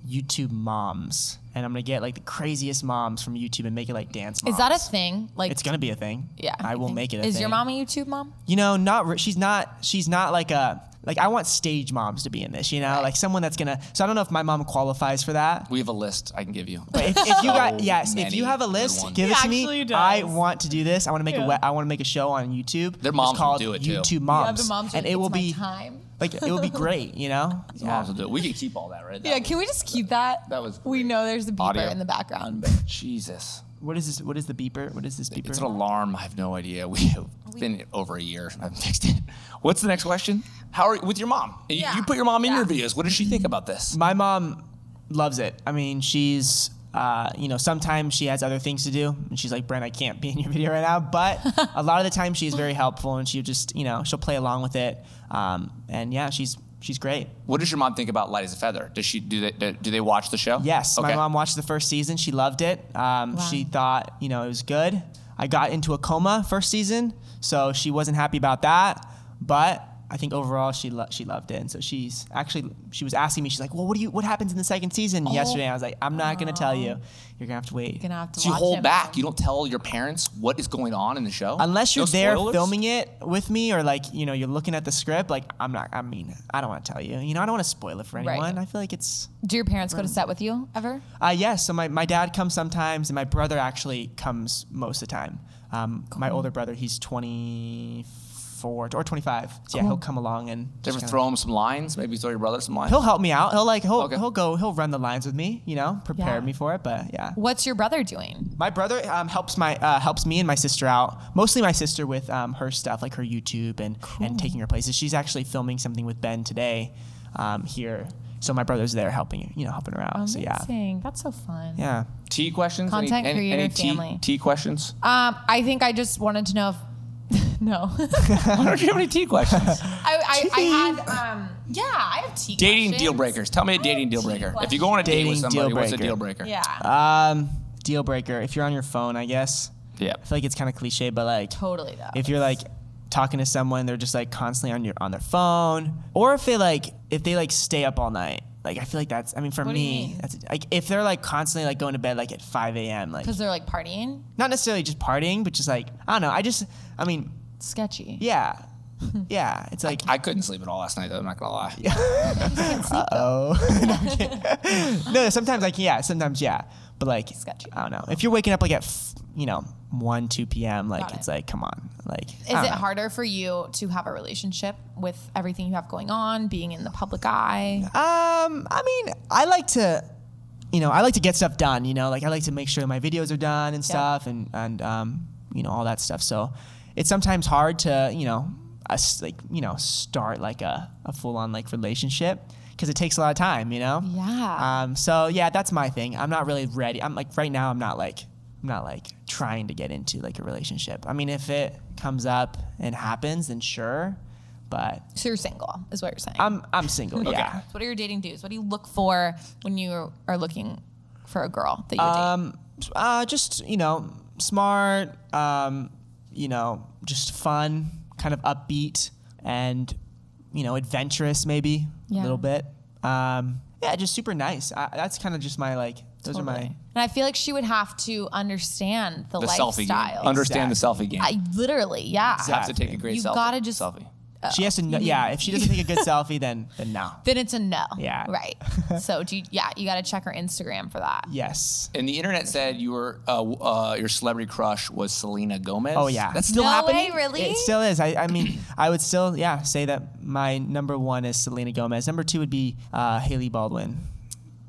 [SPEAKER 6] YouTube Moms, and I'm gonna get like the craziest moms from YouTube and make it like dance. Moms.
[SPEAKER 4] Is that a thing? Like,
[SPEAKER 6] It's gonna be a thing.
[SPEAKER 4] yeah.
[SPEAKER 6] I will
[SPEAKER 4] think-
[SPEAKER 6] make it. a
[SPEAKER 4] Is
[SPEAKER 6] thing.
[SPEAKER 4] your mom a YouTube mom?
[SPEAKER 6] you know, not re- she's not she's not like a like I want stage moms to be in this, you know, like someone that's gonna. So I don't know if my mom qualifies for that.
[SPEAKER 5] We have a list I can give you.
[SPEAKER 6] But if, if you got
[SPEAKER 5] So
[SPEAKER 6] yes, if
[SPEAKER 5] Oh, many
[SPEAKER 6] you have a
[SPEAKER 5] good
[SPEAKER 6] list,
[SPEAKER 5] ones.
[SPEAKER 6] give
[SPEAKER 4] He
[SPEAKER 6] it to
[SPEAKER 4] actually
[SPEAKER 6] me.
[SPEAKER 4] does.
[SPEAKER 6] I want to do this. I want to make a we- I want to make a show on YouTube.
[SPEAKER 5] Their moms
[SPEAKER 6] It's
[SPEAKER 5] will
[SPEAKER 6] called
[SPEAKER 5] do it, too.
[SPEAKER 6] YouTube moms,
[SPEAKER 4] the moms are
[SPEAKER 6] and
[SPEAKER 4] like,
[SPEAKER 6] it will
[SPEAKER 4] "It's my
[SPEAKER 6] be
[SPEAKER 4] time."
[SPEAKER 6] like it will be great, you know.
[SPEAKER 5] Moms will do it. We can keep all that, right? That
[SPEAKER 4] Yeah.
[SPEAKER 5] was-
[SPEAKER 4] Can we just keep that?
[SPEAKER 5] That was
[SPEAKER 4] We
[SPEAKER 5] great.
[SPEAKER 4] know there's a beeper
[SPEAKER 5] Audio.
[SPEAKER 4] in the background, but
[SPEAKER 5] Jesus.
[SPEAKER 6] What is this? What is the beeper? What is this beeper?
[SPEAKER 5] It's an alarm. I have no idea. We have been over a year. I haven't fixed it. What's the next question? How are you with your mom? You,
[SPEAKER 4] Yeah.
[SPEAKER 5] you put your mom in your
[SPEAKER 4] Yeah.
[SPEAKER 5] videos. What does she think about this?
[SPEAKER 6] my mom loves it. I mean, she's uh, you know, sometimes she has other things to do and she's like, Brent, I can't be in your video right now. But a lot of the time she's very helpful and she just, you know, she'll play along with it. Um, and yeah, she's she's great.
[SPEAKER 5] What does your mom think about Light as a Feather? Does she do they do do they watch the show?
[SPEAKER 6] Yes, my
[SPEAKER 5] Okay.
[SPEAKER 6] mom watched the first season. She loved it. Um, She thought, you know, it was good. I got into a coma first season, so she wasn't happy about that. But I think overall she lo- she loved it, and so she's actually she was asking me. She's like, "Well, what do you what happens in the second season?" Yesterday, I was like, "I'm not gonna tell you. You're gonna have to wait."
[SPEAKER 4] you're Oh. gonna have to.
[SPEAKER 5] Do you
[SPEAKER 4] watch
[SPEAKER 5] hold
[SPEAKER 4] it.
[SPEAKER 5] back? You don't tell your parents what is going on in the show?
[SPEAKER 6] Unless you're
[SPEAKER 5] No
[SPEAKER 6] there
[SPEAKER 5] spoilers?
[SPEAKER 6] filming it with me, or like you know you're looking at the script, like I'm not. I mean, I don't want to tell you. You know, I don't want to spoil it for
[SPEAKER 4] Right.
[SPEAKER 6] anyone. I feel like it's
[SPEAKER 4] Do your parents go to set with you ever?
[SPEAKER 6] Uh, yes. so my, my dad comes sometimes, and my brother actually comes most of the time. Um, My older brother, he's 24 or 25. So yeah, he'll come along and
[SPEAKER 5] Do you
[SPEAKER 6] just
[SPEAKER 5] ever
[SPEAKER 6] kinda-
[SPEAKER 5] throw him some lines? Maybe throw your brother some lines?
[SPEAKER 6] he'll help me out. He'll like he'll
[SPEAKER 5] Okay.
[SPEAKER 6] he'll go he'll run the lines with me. You know, prepare
[SPEAKER 4] Yeah.
[SPEAKER 6] me for it. But yeah,
[SPEAKER 4] What's your brother doing?
[SPEAKER 6] my brother um, helps my uh, helps me and my sister out. Mostly my sister with um, her stuff like her YouTube and and taking her places. She's actually filming something with Ben today um, here. So my brother's there helping you know helping her out. So yeah,
[SPEAKER 4] Amazing. That's so fun.
[SPEAKER 6] yeah.
[SPEAKER 5] Tea questions?
[SPEAKER 4] Content creator
[SPEAKER 5] tea-
[SPEAKER 4] family.
[SPEAKER 5] Tea questions?
[SPEAKER 4] Um, I think I just wanted to know if. no.
[SPEAKER 5] I don't have any tea questions.
[SPEAKER 4] I, I, I had. Um, yeah, I have tea.
[SPEAKER 5] dating
[SPEAKER 4] questions.
[SPEAKER 5] deal breakers. Tell me a dating deal breaker. If you go on a date with
[SPEAKER 6] Dating
[SPEAKER 5] somebody,
[SPEAKER 6] deal
[SPEAKER 5] what's a
[SPEAKER 6] breaker.
[SPEAKER 5] deal breaker?
[SPEAKER 4] Yeah.
[SPEAKER 6] Um, deal breaker. If you're on your phone, I guess.
[SPEAKER 5] Yeah.
[SPEAKER 6] I feel like it's kind of cliche, but like,
[SPEAKER 4] totally though.
[SPEAKER 6] if you're like talking to someone, they're just like constantly on your on their phone, or if they like if they like stay up all night. Like I feel like that's. I mean, for
[SPEAKER 4] What do you
[SPEAKER 6] me,
[SPEAKER 4] mean?
[SPEAKER 6] that's like if they're like constantly like going to bed like at 5 a.m. Like
[SPEAKER 4] Because they're like partying.
[SPEAKER 6] not necessarily just partying, but just like I don't know. I just. I mean,
[SPEAKER 4] Sketchy.
[SPEAKER 6] yeah, yeah. It's like
[SPEAKER 5] I couldn't sleep at all last night, though. I'm not gonna lie.
[SPEAKER 6] Uh, Oh, no. Sometimes like yeah. Sometimes yeah. But like
[SPEAKER 4] Sketchy.
[SPEAKER 6] I don't know. If you're waking up like at f- you know 1 2 p.m. Like
[SPEAKER 4] Got it.
[SPEAKER 6] it's like come on. Like
[SPEAKER 4] Is it harder for you to have a relationship with everything you have going on, being in the public eye?
[SPEAKER 6] Um, I mean, I like to, you know, I like to get stuff done. You know, like I like to make sure my videos are done and stuff, and and um, you know, all that stuff. So it's sometimes hard to, you know, us like you know, start like a a full on like relationship because it takes a lot of time, you know?
[SPEAKER 4] Yeah.
[SPEAKER 6] Um, so yeah, that's my thing. I'm not really ready. I'm like right now I'm not like I'm not like trying to get into like a relationship. I mean, if it comes up and happens, then sure. But
[SPEAKER 4] So you're single, is what you're saying.
[SPEAKER 6] I'm I'm single, uh, yeah.
[SPEAKER 4] what are your dating dues? What do you look for when you are looking for a girl that you
[SPEAKER 6] Um uh just, you know, smart, um, you know, just fun, kind of upbeat and you know, adventurous maybe
[SPEAKER 4] Yeah.
[SPEAKER 6] a little bit. Um yeah, just super nice. I, that's kind of just my like those
[SPEAKER 4] date?
[SPEAKER 6] are my
[SPEAKER 4] And I feel like she would have to understand the,
[SPEAKER 5] The selfie game.
[SPEAKER 4] lifestyle.
[SPEAKER 5] Understand the selfie game.
[SPEAKER 4] I literally, yeah.
[SPEAKER 5] You have to take a great
[SPEAKER 4] You've
[SPEAKER 5] selfie.
[SPEAKER 4] gotta just-
[SPEAKER 5] selfie.
[SPEAKER 6] She has to know. Yeah, if she doesn't take a good selfie, then then no.
[SPEAKER 4] Then it's a no.
[SPEAKER 6] Yeah.
[SPEAKER 4] Right. so do you, yeah, you got to check her Instagram for that.
[SPEAKER 6] Yes.
[SPEAKER 5] And the internet said your uh, uh, your celebrity crush was Selena Gomez.
[SPEAKER 6] Oh, yeah.
[SPEAKER 5] that's still
[SPEAKER 4] no way,
[SPEAKER 5] happening.
[SPEAKER 4] really?
[SPEAKER 6] It still is. I, I mean, I would still yeah say that my number one is Selena Gomez. Number two would be uh, Haley Baldwin.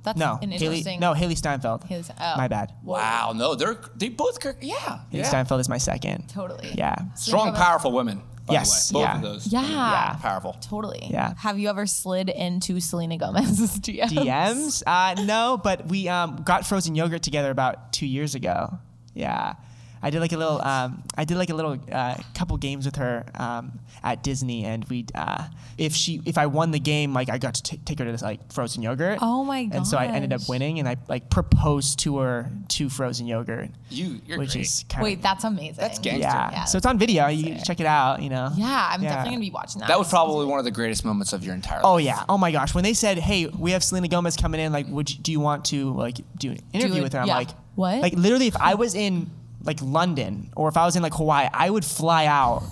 [SPEAKER 4] That's
[SPEAKER 6] No,
[SPEAKER 4] an
[SPEAKER 6] Haley.
[SPEAKER 4] interesting.
[SPEAKER 6] No, Haley Steinfeld.
[SPEAKER 4] Haley Ste- oh.
[SPEAKER 6] My bad.
[SPEAKER 5] Wow, no, they're they both cur- yeah,
[SPEAKER 6] Haley
[SPEAKER 5] yeah.
[SPEAKER 6] Steinfeld is my second.
[SPEAKER 4] Totally.
[SPEAKER 6] Yeah.
[SPEAKER 5] strong, powerful women. By
[SPEAKER 6] Yes,
[SPEAKER 5] the way. both
[SPEAKER 6] yeah.
[SPEAKER 5] of those.
[SPEAKER 4] Yeah.
[SPEAKER 5] Yeah, powerful.
[SPEAKER 4] Totally.
[SPEAKER 6] Yeah.
[SPEAKER 4] Have you ever slid into Selena Gomez's DMs?
[SPEAKER 6] DMs? Uh, no, but we um, got frozen yogurt together about two years ago. Yeah, I did like a little. Um, I did like a little uh, couple games with her um, at Disney, and we. Uh, if she, if I won the game, like I got to t- take her to this like frozen yogurt.
[SPEAKER 4] Oh my
[SPEAKER 6] And so I ended up
[SPEAKER 4] gosh.
[SPEAKER 6] winning, and I like proposed to her to frozen yogurt,
[SPEAKER 5] You, you're
[SPEAKER 6] which
[SPEAKER 5] great.
[SPEAKER 6] is kind
[SPEAKER 4] Wait,
[SPEAKER 6] of
[SPEAKER 4] that's amazing.
[SPEAKER 5] That's gangster.
[SPEAKER 6] yeah.
[SPEAKER 4] Yeah.
[SPEAKER 6] So it's on video. You can check it out. You know.
[SPEAKER 4] Yeah, I'm
[SPEAKER 6] Yeah.
[SPEAKER 4] definitely gonna be watching that.
[SPEAKER 5] that was probably one of the greatest moments of your entire.
[SPEAKER 6] Oh
[SPEAKER 5] life.
[SPEAKER 6] yeah! Oh my gosh! When they said, "Hey, we have Selena Gomez coming in. Like, would you, do you want to like do an interview
[SPEAKER 4] it-
[SPEAKER 6] with her?" I'm
[SPEAKER 4] yeah.
[SPEAKER 6] like,
[SPEAKER 4] What?
[SPEAKER 6] Like literally, if I was in like London or if I was in like Hawaii, I would fly out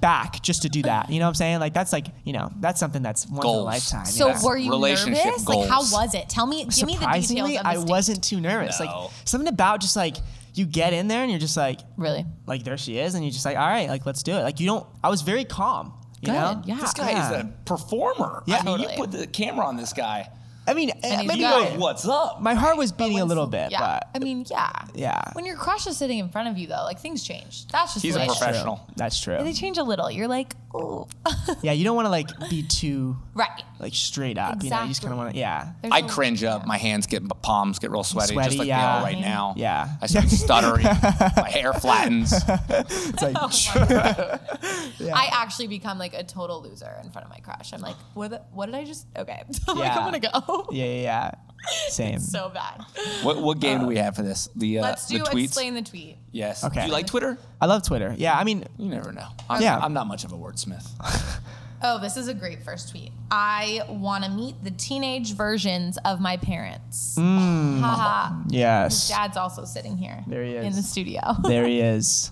[SPEAKER 6] back just to do that. You know what I'm saying? Like that's like you know that's something that's once in a
[SPEAKER 5] Goals.
[SPEAKER 6] lifetime.
[SPEAKER 4] So
[SPEAKER 6] yeah.
[SPEAKER 4] were you
[SPEAKER 5] Relationship
[SPEAKER 4] nervous? Like how
[SPEAKER 5] goals.
[SPEAKER 4] was it? Tell me, give me the details.
[SPEAKER 6] surprisingly,
[SPEAKER 4] Of
[SPEAKER 6] I
[SPEAKER 4] this
[SPEAKER 6] wasn't too nervous.
[SPEAKER 5] No.
[SPEAKER 6] Like something about just like you get in there and you're just like
[SPEAKER 4] date. really.
[SPEAKER 6] like there she is and you're just like all right like let's do it. Like you don't. I was very calm. You
[SPEAKER 4] Good,
[SPEAKER 6] know?
[SPEAKER 4] yeah.
[SPEAKER 5] this guy
[SPEAKER 6] Yeah.
[SPEAKER 5] is a performer.
[SPEAKER 6] Yeah.
[SPEAKER 5] I mean,
[SPEAKER 4] Totally.
[SPEAKER 5] you put the camera on this guy.
[SPEAKER 6] I mean, uh,
[SPEAKER 4] he's
[SPEAKER 6] maybe
[SPEAKER 5] You
[SPEAKER 4] got
[SPEAKER 6] not-
[SPEAKER 5] know
[SPEAKER 4] it.
[SPEAKER 5] what's up?
[SPEAKER 6] My heart was beating a
[SPEAKER 4] When-
[SPEAKER 6] little bit,
[SPEAKER 4] Yeah.
[SPEAKER 6] but
[SPEAKER 4] I mean, yeah.
[SPEAKER 6] Yeah.
[SPEAKER 4] When your crush is sitting in front of you, though, like things change. That's just
[SPEAKER 5] He's a
[SPEAKER 4] relationship.
[SPEAKER 5] professional. Professional.
[SPEAKER 6] That's
[SPEAKER 4] They
[SPEAKER 6] true.
[SPEAKER 4] change a little. You're like, oh,
[SPEAKER 6] Yeah, you don't want to like be too
[SPEAKER 4] right.
[SPEAKER 6] like straight up. You know, you just
[SPEAKER 4] Exactly.
[SPEAKER 6] kind of want to Oh, yeah.
[SPEAKER 4] There's
[SPEAKER 5] I
[SPEAKER 4] no-
[SPEAKER 5] cringe up. My hands get, my palms get real sweaty,
[SPEAKER 6] Sweaty,
[SPEAKER 5] just like
[SPEAKER 6] yeah.
[SPEAKER 5] they are right now.
[SPEAKER 6] Yeah.
[SPEAKER 5] I start stuttering. my hair flattens.
[SPEAKER 6] It's like
[SPEAKER 4] Oh I actually become like a total loser in front of my crush. I'm like, what? the- what did I just? Okay, I'm like,
[SPEAKER 6] Yeah.
[SPEAKER 4] I'm gonna go.
[SPEAKER 6] yeah, yeah, yeah. Same.
[SPEAKER 4] So bad.
[SPEAKER 5] What, what game do we have for this? The uh,
[SPEAKER 4] Let's do
[SPEAKER 5] the tweets.
[SPEAKER 4] explain the tweet.
[SPEAKER 5] Yes.
[SPEAKER 6] Okay.
[SPEAKER 5] Do you like Twitter?
[SPEAKER 6] I love Twitter. Yeah, I mean,
[SPEAKER 5] You never know. I'm,
[SPEAKER 6] Yeah.
[SPEAKER 5] I'm not much of a wordsmith.
[SPEAKER 4] Oh, this is a great first tweet. I want to meet the teenage versions of my parents. Haha.
[SPEAKER 6] yes.
[SPEAKER 4] Dad's also sitting here.
[SPEAKER 6] Mm. There he
[SPEAKER 4] in
[SPEAKER 6] is.
[SPEAKER 4] the studio.
[SPEAKER 6] There he is.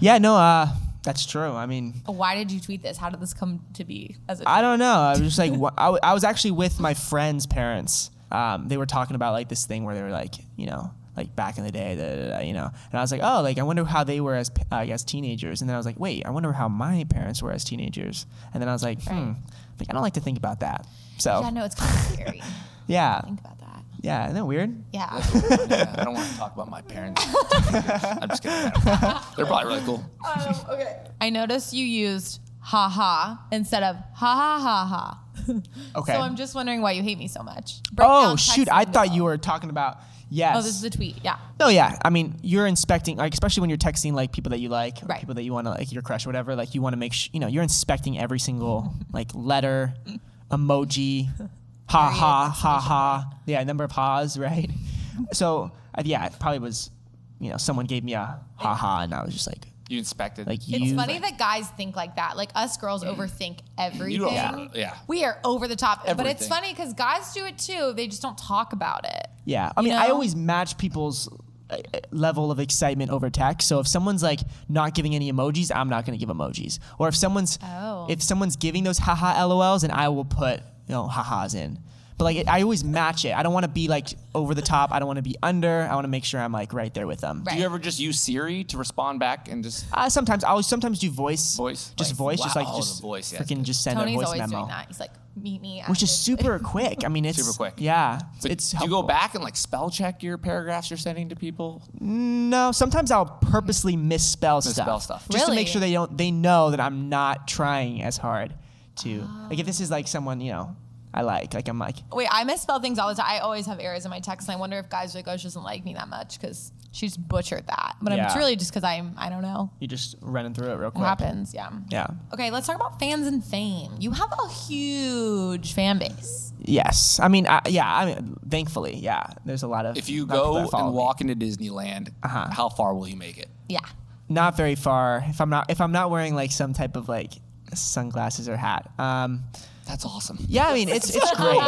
[SPEAKER 6] Yeah, no, uh, that's true. I mean,
[SPEAKER 4] Why did you tweet this? How did this come to be? As a
[SPEAKER 6] I don't know. I was just like, wha- I, w- I was actually with my friend's parents. Um, they were talking about like this thing where they were like, you know, like back in the day, da, da, da, you know. And I was like, oh, like I wonder how they were as p- uh, as teenagers. And then I was like, wait, I wonder how my parents were as teenagers. And then I was like, hmm, like I don't like to think about that. So
[SPEAKER 4] yeah, no, it's kind of scary.
[SPEAKER 6] yeah,
[SPEAKER 4] Think about that.
[SPEAKER 6] yeah, isn't that weird?
[SPEAKER 4] Yeah.
[SPEAKER 5] Yeah, I don't want to talk about my parents. I'm just kidding. They're probably really cool.
[SPEAKER 4] Um, I noticed you used ha ha instead of ha ha ha ha.
[SPEAKER 6] Okay.
[SPEAKER 4] So I'm just wondering why you hate me so much. Break
[SPEAKER 6] oh
[SPEAKER 4] down text
[SPEAKER 6] shoot, I
[SPEAKER 4] and
[SPEAKER 6] thought
[SPEAKER 4] go.
[SPEAKER 6] you were talking about yes.
[SPEAKER 4] Oh, this is a tweet. Yeah.
[SPEAKER 6] No, Oh, yeah. I mean, you're inspecting, like, especially when you're texting like people that you like, or
[SPEAKER 4] Right.
[SPEAKER 6] people that you want to like your crush or whatever. Like, you want to make sure you know you're inspecting every single like letter, emoji, ha ha ha ha. Yeah, number of ha's, right? so uh, yeah, it probably was, you know, someone gave me a ha ha, and I was just like,
[SPEAKER 5] You inspected.
[SPEAKER 6] like
[SPEAKER 4] It's
[SPEAKER 6] you.
[SPEAKER 4] funny that guys think like that. Like us girls overthink everything.
[SPEAKER 5] don't- yeah.
[SPEAKER 4] We are over the top. But it's
[SPEAKER 5] Everything.
[SPEAKER 4] funny because guys do it too. They just don't talk about it.
[SPEAKER 6] Yeah, I mean, I
[SPEAKER 4] know?
[SPEAKER 6] always match people's uh, uh, level of excitement over text. So if someone's like not giving any emojis, I'm not going to give emojis. Or if someone's
[SPEAKER 4] Oh.
[SPEAKER 6] if someone's giving those haha LOLs, and I will put you know hahas in. But like it, I always match it. I don't want to be like over the top. I don't want to be under. I want to make sure I'm like right there with them.
[SPEAKER 4] Right.
[SPEAKER 5] Do you ever just use Siri to respond back and just
[SPEAKER 6] Uh, sometimes I'll sometimes do voice,
[SPEAKER 5] Voice?
[SPEAKER 6] just
[SPEAKER 5] Like,
[SPEAKER 6] voice, just
[SPEAKER 5] wow.
[SPEAKER 6] like
[SPEAKER 5] Oh,
[SPEAKER 6] just
[SPEAKER 5] the voice, yeah, that's
[SPEAKER 6] freaking
[SPEAKER 5] good.
[SPEAKER 6] just send
[SPEAKER 4] Tony's
[SPEAKER 6] a voice
[SPEAKER 4] always
[SPEAKER 6] memo,
[SPEAKER 4] doing that. He's like, meet me. At
[SPEAKER 6] which is
[SPEAKER 4] this-
[SPEAKER 6] super quick. I mean, it's
[SPEAKER 5] Super quick.
[SPEAKER 6] Yeah,
[SPEAKER 5] But
[SPEAKER 6] it's
[SPEAKER 5] do you
[SPEAKER 6] helpful.
[SPEAKER 5] go back and like spell check your paragraphs you're sending to people?
[SPEAKER 6] No, sometimes I'll purposely misspell,
[SPEAKER 5] Misspell
[SPEAKER 6] stuff,
[SPEAKER 5] stuff.
[SPEAKER 6] just to
[SPEAKER 4] Really?
[SPEAKER 6] make sure they don't they know that I'm not trying as hard to like if this is like someone you know I like. Like I'm like,
[SPEAKER 4] Wait, I misspell things all the time. I always have errors in my text, and I wonder if guys are like, oh, she doesn't like me that much because she's butchered that. But I'm, it's
[SPEAKER 6] Yeah.
[SPEAKER 4] really just because I'm, I don't know.
[SPEAKER 6] you just running through it real
[SPEAKER 4] What
[SPEAKER 6] quick.
[SPEAKER 4] happens? Yeah.
[SPEAKER 6] Yeah.
[SPEAKER 4] Okay, let's talk about fans and fame. You have a huge fan base.
[SPEAKER 6] Yes. I mean, I, yeah. I mean, thankfully, yeah. There's a lot of.
[SPEAKER 5] If you
[SPEAKER 6] lot of people
[SPEAKER 5] go
[SPEAKER 6] that follow Uh-huh.
[SPEAKER 5] and
[SPEAKER 6] me.
[SPEAKER 5] walk into Disneyland, how far will you make it?
[SPEAKER 4] Yeah.
[SPEAKER 6] not very far. If I'm not, if I'm not wearing like some type of like sunglasses or hat. Um,
[SPEAKER 5] That's awesome.
[SPEAKER 6] Yeah, I mean, it's it's great.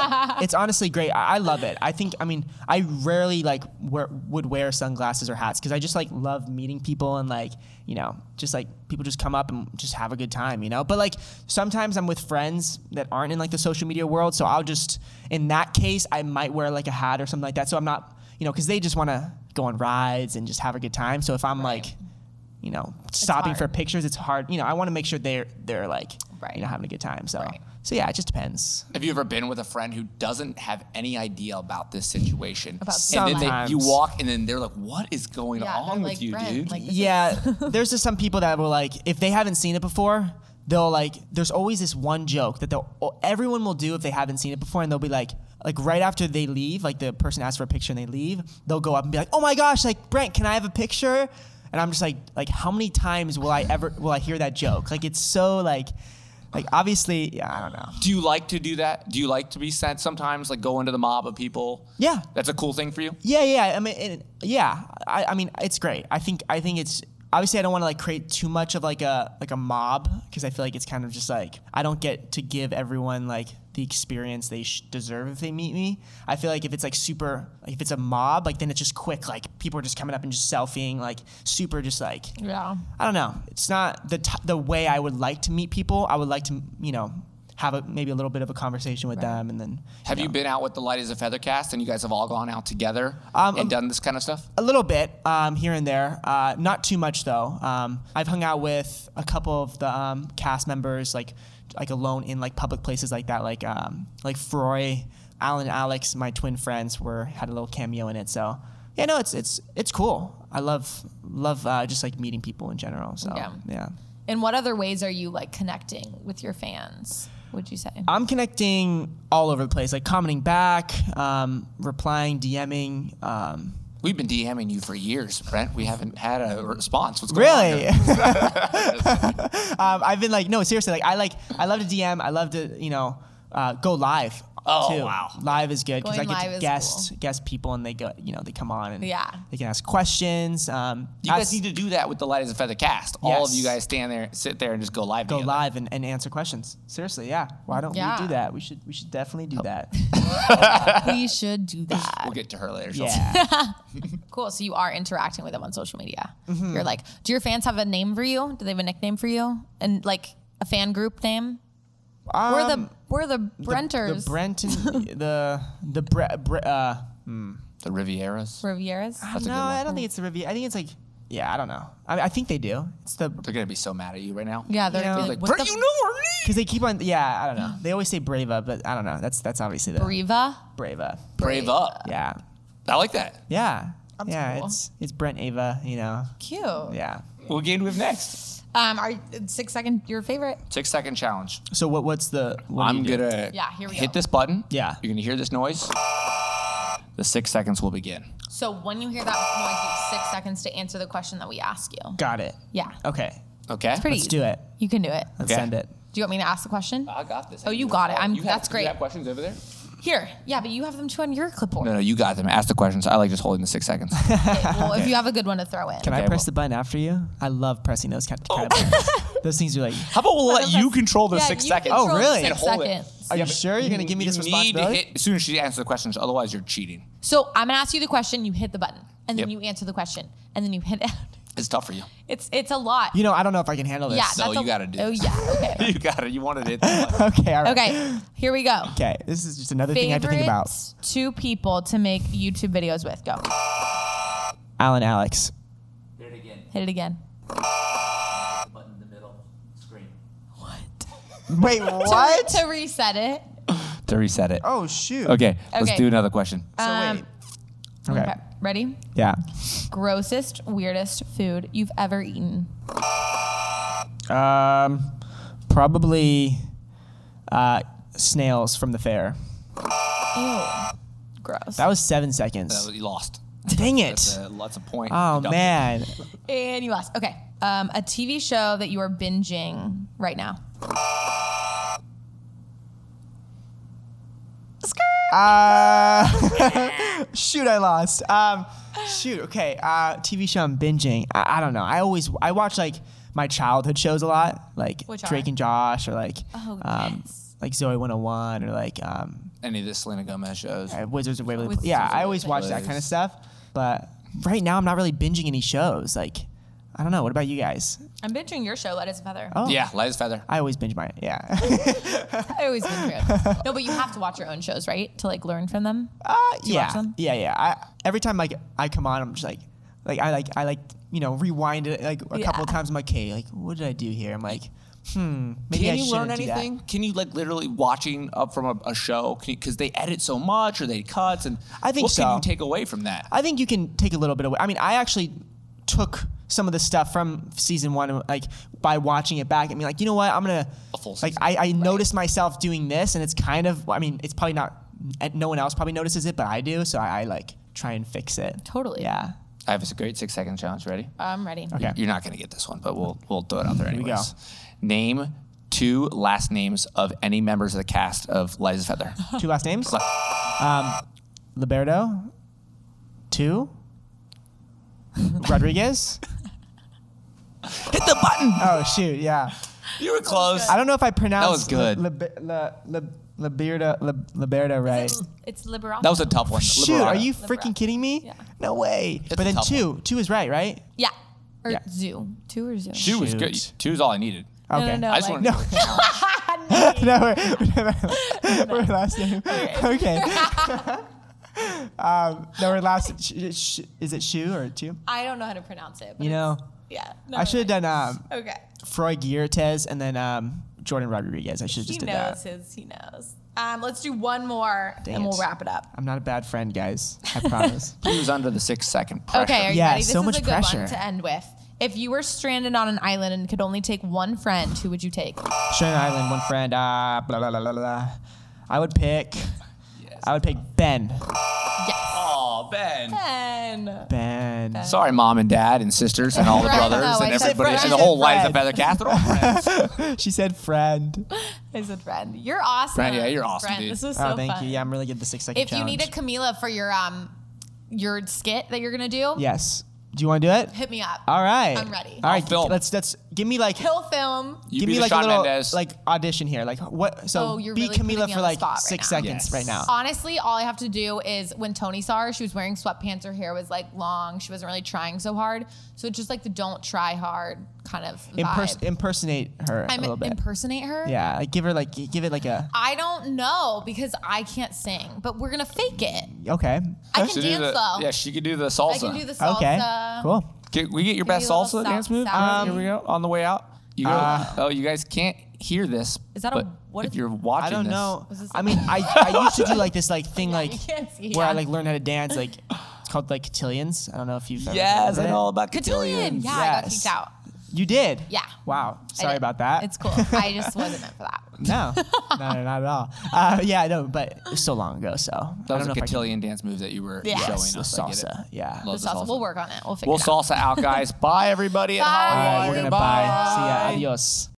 [SPEAKER 6] It's honestly great. I, I love it. I think I mean, I rarely like wear, would wear sunglasses or hats because I just like love meeting people and like you know just like people just come up and just have a good time, you know. But like sometimes I'm with friends that aren't in like the social media world, so I'll just in that case I might wear like a hat or something like that. So I'm not you know because they just want to go on rides and just have a good time. So if I'm like you know stopping for
[SPEAKER 4] hard.
[SPEAKER 6] pictures, it's hard. You know I want to make sure they're they're like
[SPEAKER 4] Right.
[SPEAKER 6] you know having a good time. So
[SPEAKER 4] Right.
[SPEAKER 6] so yeah, it just depends.
[SPEAKER 5] Have you ever been with a friend who doesn't have any idea about this situation?
[SPEAKER 4] About
[SPEAKER 5] and then they,
[SPEAKER 6] Sometimes.
[SPEAKER 5] you walk and then they're like, "What is going
[SPEAKER 4] Yeah,
[SPEAKER 5] on
[SPEAKER 4] like
[SPEAKER 5] with you,
[SPEAKER 4] Brent,
[SPEAKER 5] dude?"
[SPEAKER 4] like- This
[SPEAKER 6] yeah there's just some people that will like if they haven't seen it before they'll like there's always this one joke that they'll everyone will do if they haven't seen it before and they'll be like like right after they leave like the person asks for a picture and they leave they'll go up and be like oh my gosh like brent can i have a picture and i'm just like like how many times will i ever will i hear that joke like it's so like like obviously yeah i don't know
[SPEAKER 5] do you like to do that? Do you like to be sent sometimes, like go into the mob of people?
[SPEAKER 6] Yeah.
[SPEAKER 5] that's a cool thing for you.
[SPEAKER 6] Yeah, yeah. I mean, it, yeah. I, I mean, it's great. I think. I think it's obviously I don't want to like create too much of like a like a mob because I feel like it's kind of just like I don't get to give everyone like the experience they sh- deserve if they meet me. I feel like if it's like super, like if it's a mob, like then it's just quick. Like people are just coming up and just selfieing, like super, just like
[SPEAKER 4] Yeah.
[SPEAKER 6] I don't know. It's not the t- the way I would like to meet people. I would like to you know have a, maybe a little bit of a conversation with them and then
[SPEAKER 5] Have you been out with the Light as a Feather cast and you guys have all gone out together
[SPEAKER 6] Um,
[SPEAKER 5] and
[SPEAKER 6] um,
[SPEAKER 5] done this kind of stuff?
[SPEAKER 6] A little bit um, here and there, uh, not too much though. Um, I've hung out with a couple of the um, cast members, like like alone in like public places like that, like um, like Froy, Alan, and Alex, my twin friends, were had a little cameo in it. So yeah, no, it's it's it's cool. I love love uh, just like meeting people in general. So
[SPEAKER 4] Yeah.
[SPEAKER 6] yeah.
[SPEAKER 4] In what other ways are you like connecting with your fans? Would you say?
[SPEAKER 6] I'm connecting all over the place, like commenting back, um, replying, DMing. Um,
[SPEAKER 5] We've been DMing you for years, Brent. We haven't had a response. What's going on?
[SPEAKER 6] Really?
[SPEAKER 5] here?
[SPEAKER 6] um, I've been like, no, seriously, like I like, I love to DM. I love to, you know, uh, go live.
[SPEAKER 5] Oh,
[SPEAKER 6] too.
[SPEAKER 5] wow.
[SPEAKER 6] Live is good because I
[SPEAKER 4] Going live
[SPEAKER 6] get
[SPEAKER 4] is
[SPEAKER 6] to guest guest people and they go, you know, they come on and
[SPEAKER 4] Yeah.
[SPEAKER 6] they can ask questions. Um,
[SPEAKER 5] You guys
[SPEAKER 6] ask-
[SPEAKER 5] need to do that with the Light as a Feather cast. All of
[SPEAKER 6] Yes.
[SPEAKER 5] you guys stand there, sit there, and just go live.
[SPEAKER 6] go
[SPEAKER 5] together.
[SPEAKER 6] live and, and answer questions. Seriously, yeah. Why don't
[SPEAKER 4] Yeah.
[SPEAKER 6] we do that? We should we should definitely do that.
[SPEAKER 4] we should do that.
[SPEAKER 5] We'll get to her later. She'll-
[SPEAKER 6] yeah.
[SPEAKER 4] Cool. So you are interacting with them on social media.
[SPEAKER 6] Mm-hmm.
[SPEAKER 4] You're like, do your fans have a name for you? Do they have a nickname for you? And like a fan group name? we're the we're the Brenters.
[SPEAKER 6] Um, The Brenton the the Bre, Bre, uh,
[SPEAKER 5] The Rivieras.
[SPEAKER 4] Rivieras.
[SPEAKER 6] no, I don't think it's the Riviera. I think it's like yeah, I don't know. I, I think they do. It's the
[SPEAKER 5] They're gonna be so mad at you right now.
[SPEAKER 4] Yeah, they're
[SPEAKER 6] You know,
[SPEAKER 4] gonna be
[SPEAKER 5] Like,
[SPEAKER 4] like, what
[SPEAKER 5] Brent,
[SPEAKER 4] the
[SPEAKER 5] you know her name.
[SPEAKER 6] Because they keep on, yeah, I don't know. They always say Brava, but I don't know. That's that's obviously the
[SPEAKER 4] Breva?
[SPEAKER 6] Brava.
[SPEAKER 5] Brave up.
[SPEAKER 6] Yeah,
[SPEAKER 5] I like that.
[SPEAKER 6] yeah, yeah.
[SPEAKER 4] cool.
[SPEAKER 6] It's it's Brent Ava, you know.
[SPEAKER 4] Cute.
[SPEAKER 6] Yeah.
[SPEAKER 5] What game do we have next?
[SPEAKER 4] Um, are six second your favorite?
[SPEAKER 5] Six second challenge.
[SPEAKER 6] So what what's the? What do
[SPEAKER 5] I'm
[SPEAKER 6] you do?
[SPEAKER 5] gonna
[SPEAKER 4] Yeah, here we
[SPEAKER 5] hit
[SPEAKER 4] go.
[SPEAKER 5] this button.
[SPEAKER 6] Yeah.
[SPEAKER 5] You're gonna hear this noise. The six seconds will begin.
[SPEAKER 4] So when you hear that noise, you have six seconds to answer the question that we ask you.
[SPEAKER 6] Got it.
[SPEAKER 4] Yeah.
[SPEAKER 6] Okay.
[SPEAKER 5] Okay.
[SPEAKER 4] Pretty
[SPEAKER 6] Let's
[SPEAKER 4] easy.
[SPEAKER 6] do it.
[SPEAKER 4] You can do it.
[SPEAKER 6] Let's
[SPEAKER 5] Okay.
[SPEAKER 6] send it.
[SPEAKER 4] Do you want me to ask the question?
[SPEAKER 5] I got this.
[SPEAKER 4] Oh, you got it. I'm-
[SPEAKER 5] You have-
[SPEAKER 4] that's
[SPEAKER 5] do
[SPEAKER 4] great.
[SPEAKER 5] You have questions over there?
[SPEAKER 4] Here. Yeah, but you have them too on your clipboard.
[SPEAKER 5] No, no, you got them. Ask the questions. I like just holding the six seconds.
[SPEAKER 4] Well, if you have a good one to throw in.
[SPEAKER 6] Can I
[SPEAKER 5] Okay,
[SPEAKER 6] press
[SPEAKER 5] well-
[SPEAKER 6] the button after you? I love pressing those kind kind of buttons. those things are like.
[SPEAKER 5] How about we'll let you control the
[SPEAKER 4] Yeah,
[SPEAKER 5] six
[SPEAKER 4] you
[SPEAKER 5] seconds?
[SPEAKER 4] control
[SPEAKER 6] Oh, really?
[SPEAKER 4] Six
[SPEAKER 6] And
[SPEAKER 5] hold it.
[SPEAKER 4] seconds.
[SPEAKER 6] Are you sure you're gonna give me
[SPEAKER 5] You
[SPEAKER 6] this
[SPEAKER 5] need to
[SPEAKER 6] responsibility?
[SPEAKER 5] hit as soon as she answers the questions. Otherwise, you're cheating.
[SPEAKER 4] So I'm gonna ask you the question. You hit the button, and then
[SPEAKER 5] Yep.
[SPEAKER 4] you answer the question, and then you hit it.
[SPEAKER 5] It's tough for you.
[SPEAKER 4] It's it's a lot.
[SPEAKER 6] You know, I don't know if I can handle this.
[SPEAKER 4] yeah.
[SPEAKER 5] So
[SPEAKER 4] that's a-
[SPEAKER 5] you gotta do
[SPEAKER 4] Oh
[SPEAKER 5] this.
[SPEAKER 4] yeah. Okay.
[SPEAKER 5] you got it. You wanted it. that much.
[SPEAKER 6] Okay. All right.
[SPEAKER 4] Okay. Here we go.
[SPEAKER 6] Okay. This is just another thing I have to think about.
[SPEAKER 4] Favorites Two people to make YouTube videos with. Go.
[SPEAKER 6] Alan, Alex.
[SPEAKER 4] Hit it again.
[SPEAKER 7] button in the middle, screen.
[SPEAKER 6] Wait, what?
[SPEAKER 4] To reset it.
[SPEAKER 5] to reset it.
[SPEAKER 6] oh shoot.
[SPEAKER 5] Okay, let's
[SPEAKER 4] Okay.
[SPEAKER 5] do another question.
[SPEAKER 6] So
[SPEAKER 4] Um,
[SPEAKER 6] wait. Okay.
[SPEAKER 4] Okay. Ready?
[SPEAKER 6] Yeah.
[SPEAKER 4] Grossest, weirdest food you've ever eaten.
[SPEAKER 6] Um, probably uh, snails from the fair.
[SPEAKER 4] Ew. Gross.
[SPEAKER 6] That was seven seconds.
[SPEAKER 5] Uh, you lost.
[SPEAKER 6] Dang
[SPEAKER 5] That's
[SPEAKER 6] it.
[SPEAKER 5] a, that's a Uh, point.
[SPEAKER 6] Oh,
[SPEAKER 5] deducted.
[SPEAKER 6] man.
[SPEAKER 4] and you lost. Okay. Um, a TV show that you are binging right now.
[SPEAKER 6] Uh, shoot, I lost. Um, shoot. Okay. Uh, TV show I'm binging. I, I don't know. I always I watch like my childhood shows a lot, like
[SPEAKER 4] Which
[SPEAKER 6] Drake
[SPEAKER 4] are?
[SPEAKER 6] and Josh, or like
[SPEAKER 4] Oh,
[SPEAKER 6] um,
[SPEAKER 4] yes.
[SPEAKER 6] like Zoe 101, or like um,
[SPEAKER 5] Any of the Selena Gomez shows.
[SPEAKER 6] uh, Wizards of Waverly.
[SPEAKER 4] Wizards
[SPEAKER 6] Pla- yeah,
[SPEAKER 4] of
[SPEAKER 6] I always
[SPEAKER 4] Waverly
[SPEAKER 6] watch that
[SPEAKER 5] Place.
[SPEAKER 6] kind of stuff. But right now, I'm not really binging any shows. Like, I don't know. What about you guys?
[SPEAKER 4] I'm binging your show, Let Us Feather.
[SPEAKER 6] Oh,
[SPEAKER 5] Yeah, light as feather.
[SPEAKER 6] I always binge my yeah.
[SPEAKER 4] I always binge your own. No, but you have to watch your own shows, right? To like learn from them.
[SPEAKER 6] Uh,
[SPEAKER 4] you
[SPEAKER 6] yeah,
[SPEAKER 4] watch them?
[SPEAKER 6] yeah, yeah. I, every time like I come on, I'm just like, like I like I like you know rewind it like a couple of
[SPEAKER 4] Yeah.
[SPEAKER 6] times. I'm like, okay, like what did I do here? I'm like, hmm, maybe I
[SPEAKER 5] Can you learn
[SPEAKER 6] shouldn't do that."
[SPEAKER 5] anything? Can you like literally watching up from a, a show? Because they edit so much or they cuts and
[SPEAKER 6] I think
[SPEAKER 5] what can
[SPEAKER 6] so.
[SPEAKER 5] you take away from that?
[SPEAKER 6] I think you can take a little bit away. I mean, I actually took some of the stuff from season one, like by watching it back. I mean, like you know what? I'm gonna
[SPEAKER 5] A full
[SPEAKER 6] like
[SPEAKER 5] season.
[SPEAKER 6] I, I noticed myself doing this, and it's kind of. I mean, it's probably not. and No one else probably notices it, but I do. So I, I like try and fix it.
[SPEAKER 4] Totally.
[SPEAKER 6] Yeah.
[SPEAKER 5] I have a great six second challenge. Ready?
[SPEAKER 4] I'm ready.
[SPEAKER 6] Okay.
[SPEAKER 5] You're not going to get this one, but we'll we'll throw it out there anyways.
[SPEAKER 6] we go.
[SPEAKER 5] Name two last names of any members of the cast of Light as a Feather.
[SPEAKER 6] Two last names? Um, Liberto. Two. Rodriguez.
[SPEAKER 5] Hit the button.
[SPEAKER 6] Oh shoot, yeah.
[SPEAKER 5] You were close.
[SPEAKER 6] I don't know if I
[SPEAKER 5] was
[SPEAKER 6] pronounced
[SPEAKER 5] good.
[SPEAKER 6] Li- Libe- La- La- Liberto Li- Liberto right.
[SPEAKER 4] It's Liberace.
[SPEAKER 5] That was a tough one.
[SPEAKER 6] Shoot, are
[SPEAKER 5] Liberato.
[SPEAKER 6] you freaking kidding me?
[SPEAKER 4] Yeah.
[SPEAKER 6] No way. but
[SPEAKER 5] a
[SPEAKER 6] then
[SPEAKER 5] tough
[SPEAKER 6] two, two is right, right?
[SPEAKER 4] Yeah. Or
[SPEAKER 6] Yeah.
[SPEAKER 4] zoo. Two or zoo.
[SPEAKER 5] Two was good.
[SPEAKER 6] Shoot.
[SPEAKER 5] Two is all I needed.
[SPEAKER 4] No, no,
[SPEAKER 6] Okay.
[SPEAKER 4] no.
[SPEAKER 5] I just
[SPEAKER 4] like-
[SPEAKER 5] wanted to
[SPEAKER 6] no, we're, we're, we're last name. Okay. um, no, we're last. Sh- sh- is it shoe or two?
[SPEAKER 4] I don't know how to pronounce it. But
[SPEAKER 6] You know,
[SPEAKER 4] it's- yeah.
[SPEAKER 6] I should have done um,
[SPEAKER 4] done. Oh, Okay.
[SPEAKER 6] Froy Giertez and then um, Jordan Rodriguez. I should have
[SPEAKER 4] He
[SPEAKER 6] just did
[SPEAKER 4] knows
[SPEAKER 6] that.
[SPEAKER 4] his. He knows. Um, let's do one more,
[SPEAKER 6] Dang
[SPEAKER 4] and
[SPEAKER 6] it.
[SPEAKER 4] we'll wrap it up.
[SPEAKER 6] I'm not a bad friend, guys. I promise.
[SPEAKER 5] He was under the six second pressure.
[SPEAKER 4] Okay, are you
[SPEAKER 6] Yeah,
[SPEAKER 4] ready? This
[SPEAKER 6] so
[SPEAKER 4] is
[SPEAKER 6] much
[SPEAKER 4] a good
[SPEAKER 6] pressure.
[SPEAKER 4] one to end with. If you were stranded on an island and could only take one friend, who would you take?
[SPEAKER 6] Shannon Island, one friend. Uh, blah, blah, blah, blah, blah. I would pick. I would pick Ben.
[SPEAKER 4] Yes.
[SPEAKER 5] Oh, Ben.
[SPEAKER 4] Ben.
[SPEAKER 6] Ben.
[SPEAKER 5] Sorry, mom and dad and sisters and all the
[SPEAKER 4] Right,
[SPEAKER 5] brothers
[SPEAKER 4] no,
[SPEAKER 5] and
[SPEAKER 4] I said
[SPEAKER 5] everybody
[SPEAKER 4] friend.
[SPEAKER 5] and the whole life of
[SPEAKER 6] Friend.
[SPEAKER 5] Feather Cast. They're all friends.
[SPEAKER 6] She said friend.
[SPEAKER 4] I said friend. You're awesome.
[SPEAKER 5] Friend, yeah, you're awesome,
[SPEAKER 4] Friend,
[SPEAKER 5] dude.
[SPEAKER 4] This was so
[SPEAKER 6] oh, thank
[SPEAKER 4] fun.
[SPEAKER 6] you. Yeah, I'm really good at the six second
[SPEAKER 4] If you
[SPEAKER 6] challenge.
[SPEAKER 4] need a Camila for your um your skit that you're gonna do,
[SPEAKER 6] yes. Do you want to do it?
[SPEAKER 4] hit me up.
[SPEAKER 6] All right.
[SPEAKER 4] I'm ready.
[SPEAKER 6] All right,
[SPEAKER 5] film.
[SPEAKER 6] Let's let's give me like
[SPEAKER 4] Hill film.
[SPEAKER 5] You
[SPEAKER 6] give
[SPEAKER 5] be
[SPEAKER 6] me
[SPEAKER 5] the
[SPEAKER 6] like
[SPEAKER 5] Shawn
[SPEAKER 6] a little
[SPEAKER 5] Mendes.
[SPEAKER 6] like audition here. Like what? So
[SPEAKER 4] Oh, you're
[SPEAKER 6] be
[SPEAKER 4] really putting me
[SPEAKER 6] Camila
[SPEAKER 4] on
[SPEAKER 6] for
[SPEAKER 4] the
[SPEAKER 6] like
[SPEAKER 4] spot right
[SPEAKER 6] six
[SPEAKER 4] now.
[SPEAKER 6] seconds
[SPEAKER 5] Yes.
[SPEAKER 6] right now.
[SPEAKER 4] Honestly, all I have to do is when Tony saw her, she was wearing sweatpants. Her hair was like long. She wasn't really trying so hard. So it's just like the don't try hard kind of vibe.
[SPEAKER 6] Imperson- impersonate her a
[SPEAKER 4] I'm
[SPEAKER 6] little bit.
[SPEAKER 4] impersonate her.
[SPEAKER 6] yeah, like give her like give it like a
[SPEAKER 4] I don't know because I can't sing, but we're gonna fake it.
[SPEAKER 6] okay.
[SPEAKER 4] I can
[SPEAKER 5] She could do
[SPEAKER 4] dance
[SPEAKER 5] the-
[SPEAKER 4] though.
[SPEAKER 5] Yeah, she could do the
[SPEAKER 4] I
[SPEAKER 5] salsa.
[SPEAKER 4] can do the salsa.
[SPEAKER 6] Okay. Cool.
[SPEAKER 5] Can we get your
[SPEAKER 4] me
[SPEAKER 5] best
[SPEAKER 4] a little
[SPEAKER 5] salsa
[SPEAKER 4] sal-
[SPEAKER 5] dance move? Um,
[SPEAKER 4] salsa.
[SPEAKER 5] Here we go. On the way out. You go.
[SPEAKER 6] Uh,
[SPEAKER 5] oh, you guys can't hear this.
[SPEAKER 4] Is that a-
[SPEAKER 5] but
[SPEAKER 4] what
[SPEAKER 5] if
[SPEAKER 4] is-
[SPEAKER 5] you're watching
[SPEAKER 6] I don't
[SPEAKER 5] this-
[SPEAKER 6] know.
[SPEAKER 4] Was this
[SPEAKER 6] I mean, I, I used to do like this like thing like
[SPEAKER 4] you can't see,
[SPEAKER 6] where I
[SPEAKER 4] yeah.
[SPEAKER 6] like learned how to dance. Like it's called like cotillions. I don't know if you've ever
[SPEAKER 5] Yes,
[SPEAKER 6] heard of
[SPEAKER 5] I
[SPEAKER 6] it.
[SPEAKER 5] know all about
[SPEAKER 4] Cotillion.
[SPEAKER 5] cotillions.
[SPEAKER 4] Yeah, I got
[SPEAKER 6] Yes.
[SPEAKER 4] kicked out.
[SPEAKER 6] You did.
[SPEAKER 4] Yeah.
[SPEAKER 6] Wow.
[SPEAKER 4] I
[SPEAKER 6] Sorry
[SPEAKER 4] did.
[SPEAKER 6] about that.
[SPEAKER 4] It's cool. I just wasn't meant for that.
[SPEAKER 6] no. no, no, not at all. Uh, yeah, I know, but it was so long ago, so I
[SPEAKER 5] That
[SPEAKER 6] don't
[SPEAKER 5] was
[SPEAKER 6] know if
[SPEAKER 5] a
[SPEAKER 6] I can-
[SPEAKER 5] cotillion dance move that you were
[SPEAKER 4] Yeah.
[SPEAKER 5] showing
[SPEAKER 6] Yes, the
[SPEAKER 5] us. I get it.
[SPEAKER 6] salsa. Yeah.
[SPEAKER 5] Love
[SPEAKER 4] The
[SPEAKER 5] the
[SPEAKER 4] salsa.
[SPEAKER 5] salsa.
[SPEAKER 4] We'll work on it. We'll figure
[SPEAKER 5] We'll
[SPEAKER 4] it out.
[SPEAKER 5] salsa out, guys. Bye, everybody. at
[SPEAKER 4] Bye.
[SPEAKER 6] All
[SPEAKER 5] Hollywood.
[SPEAKER 6] right, we're gonna buy. See ya.
[SPEAKER 5] Bye.
[SPEAKER 6] Adios.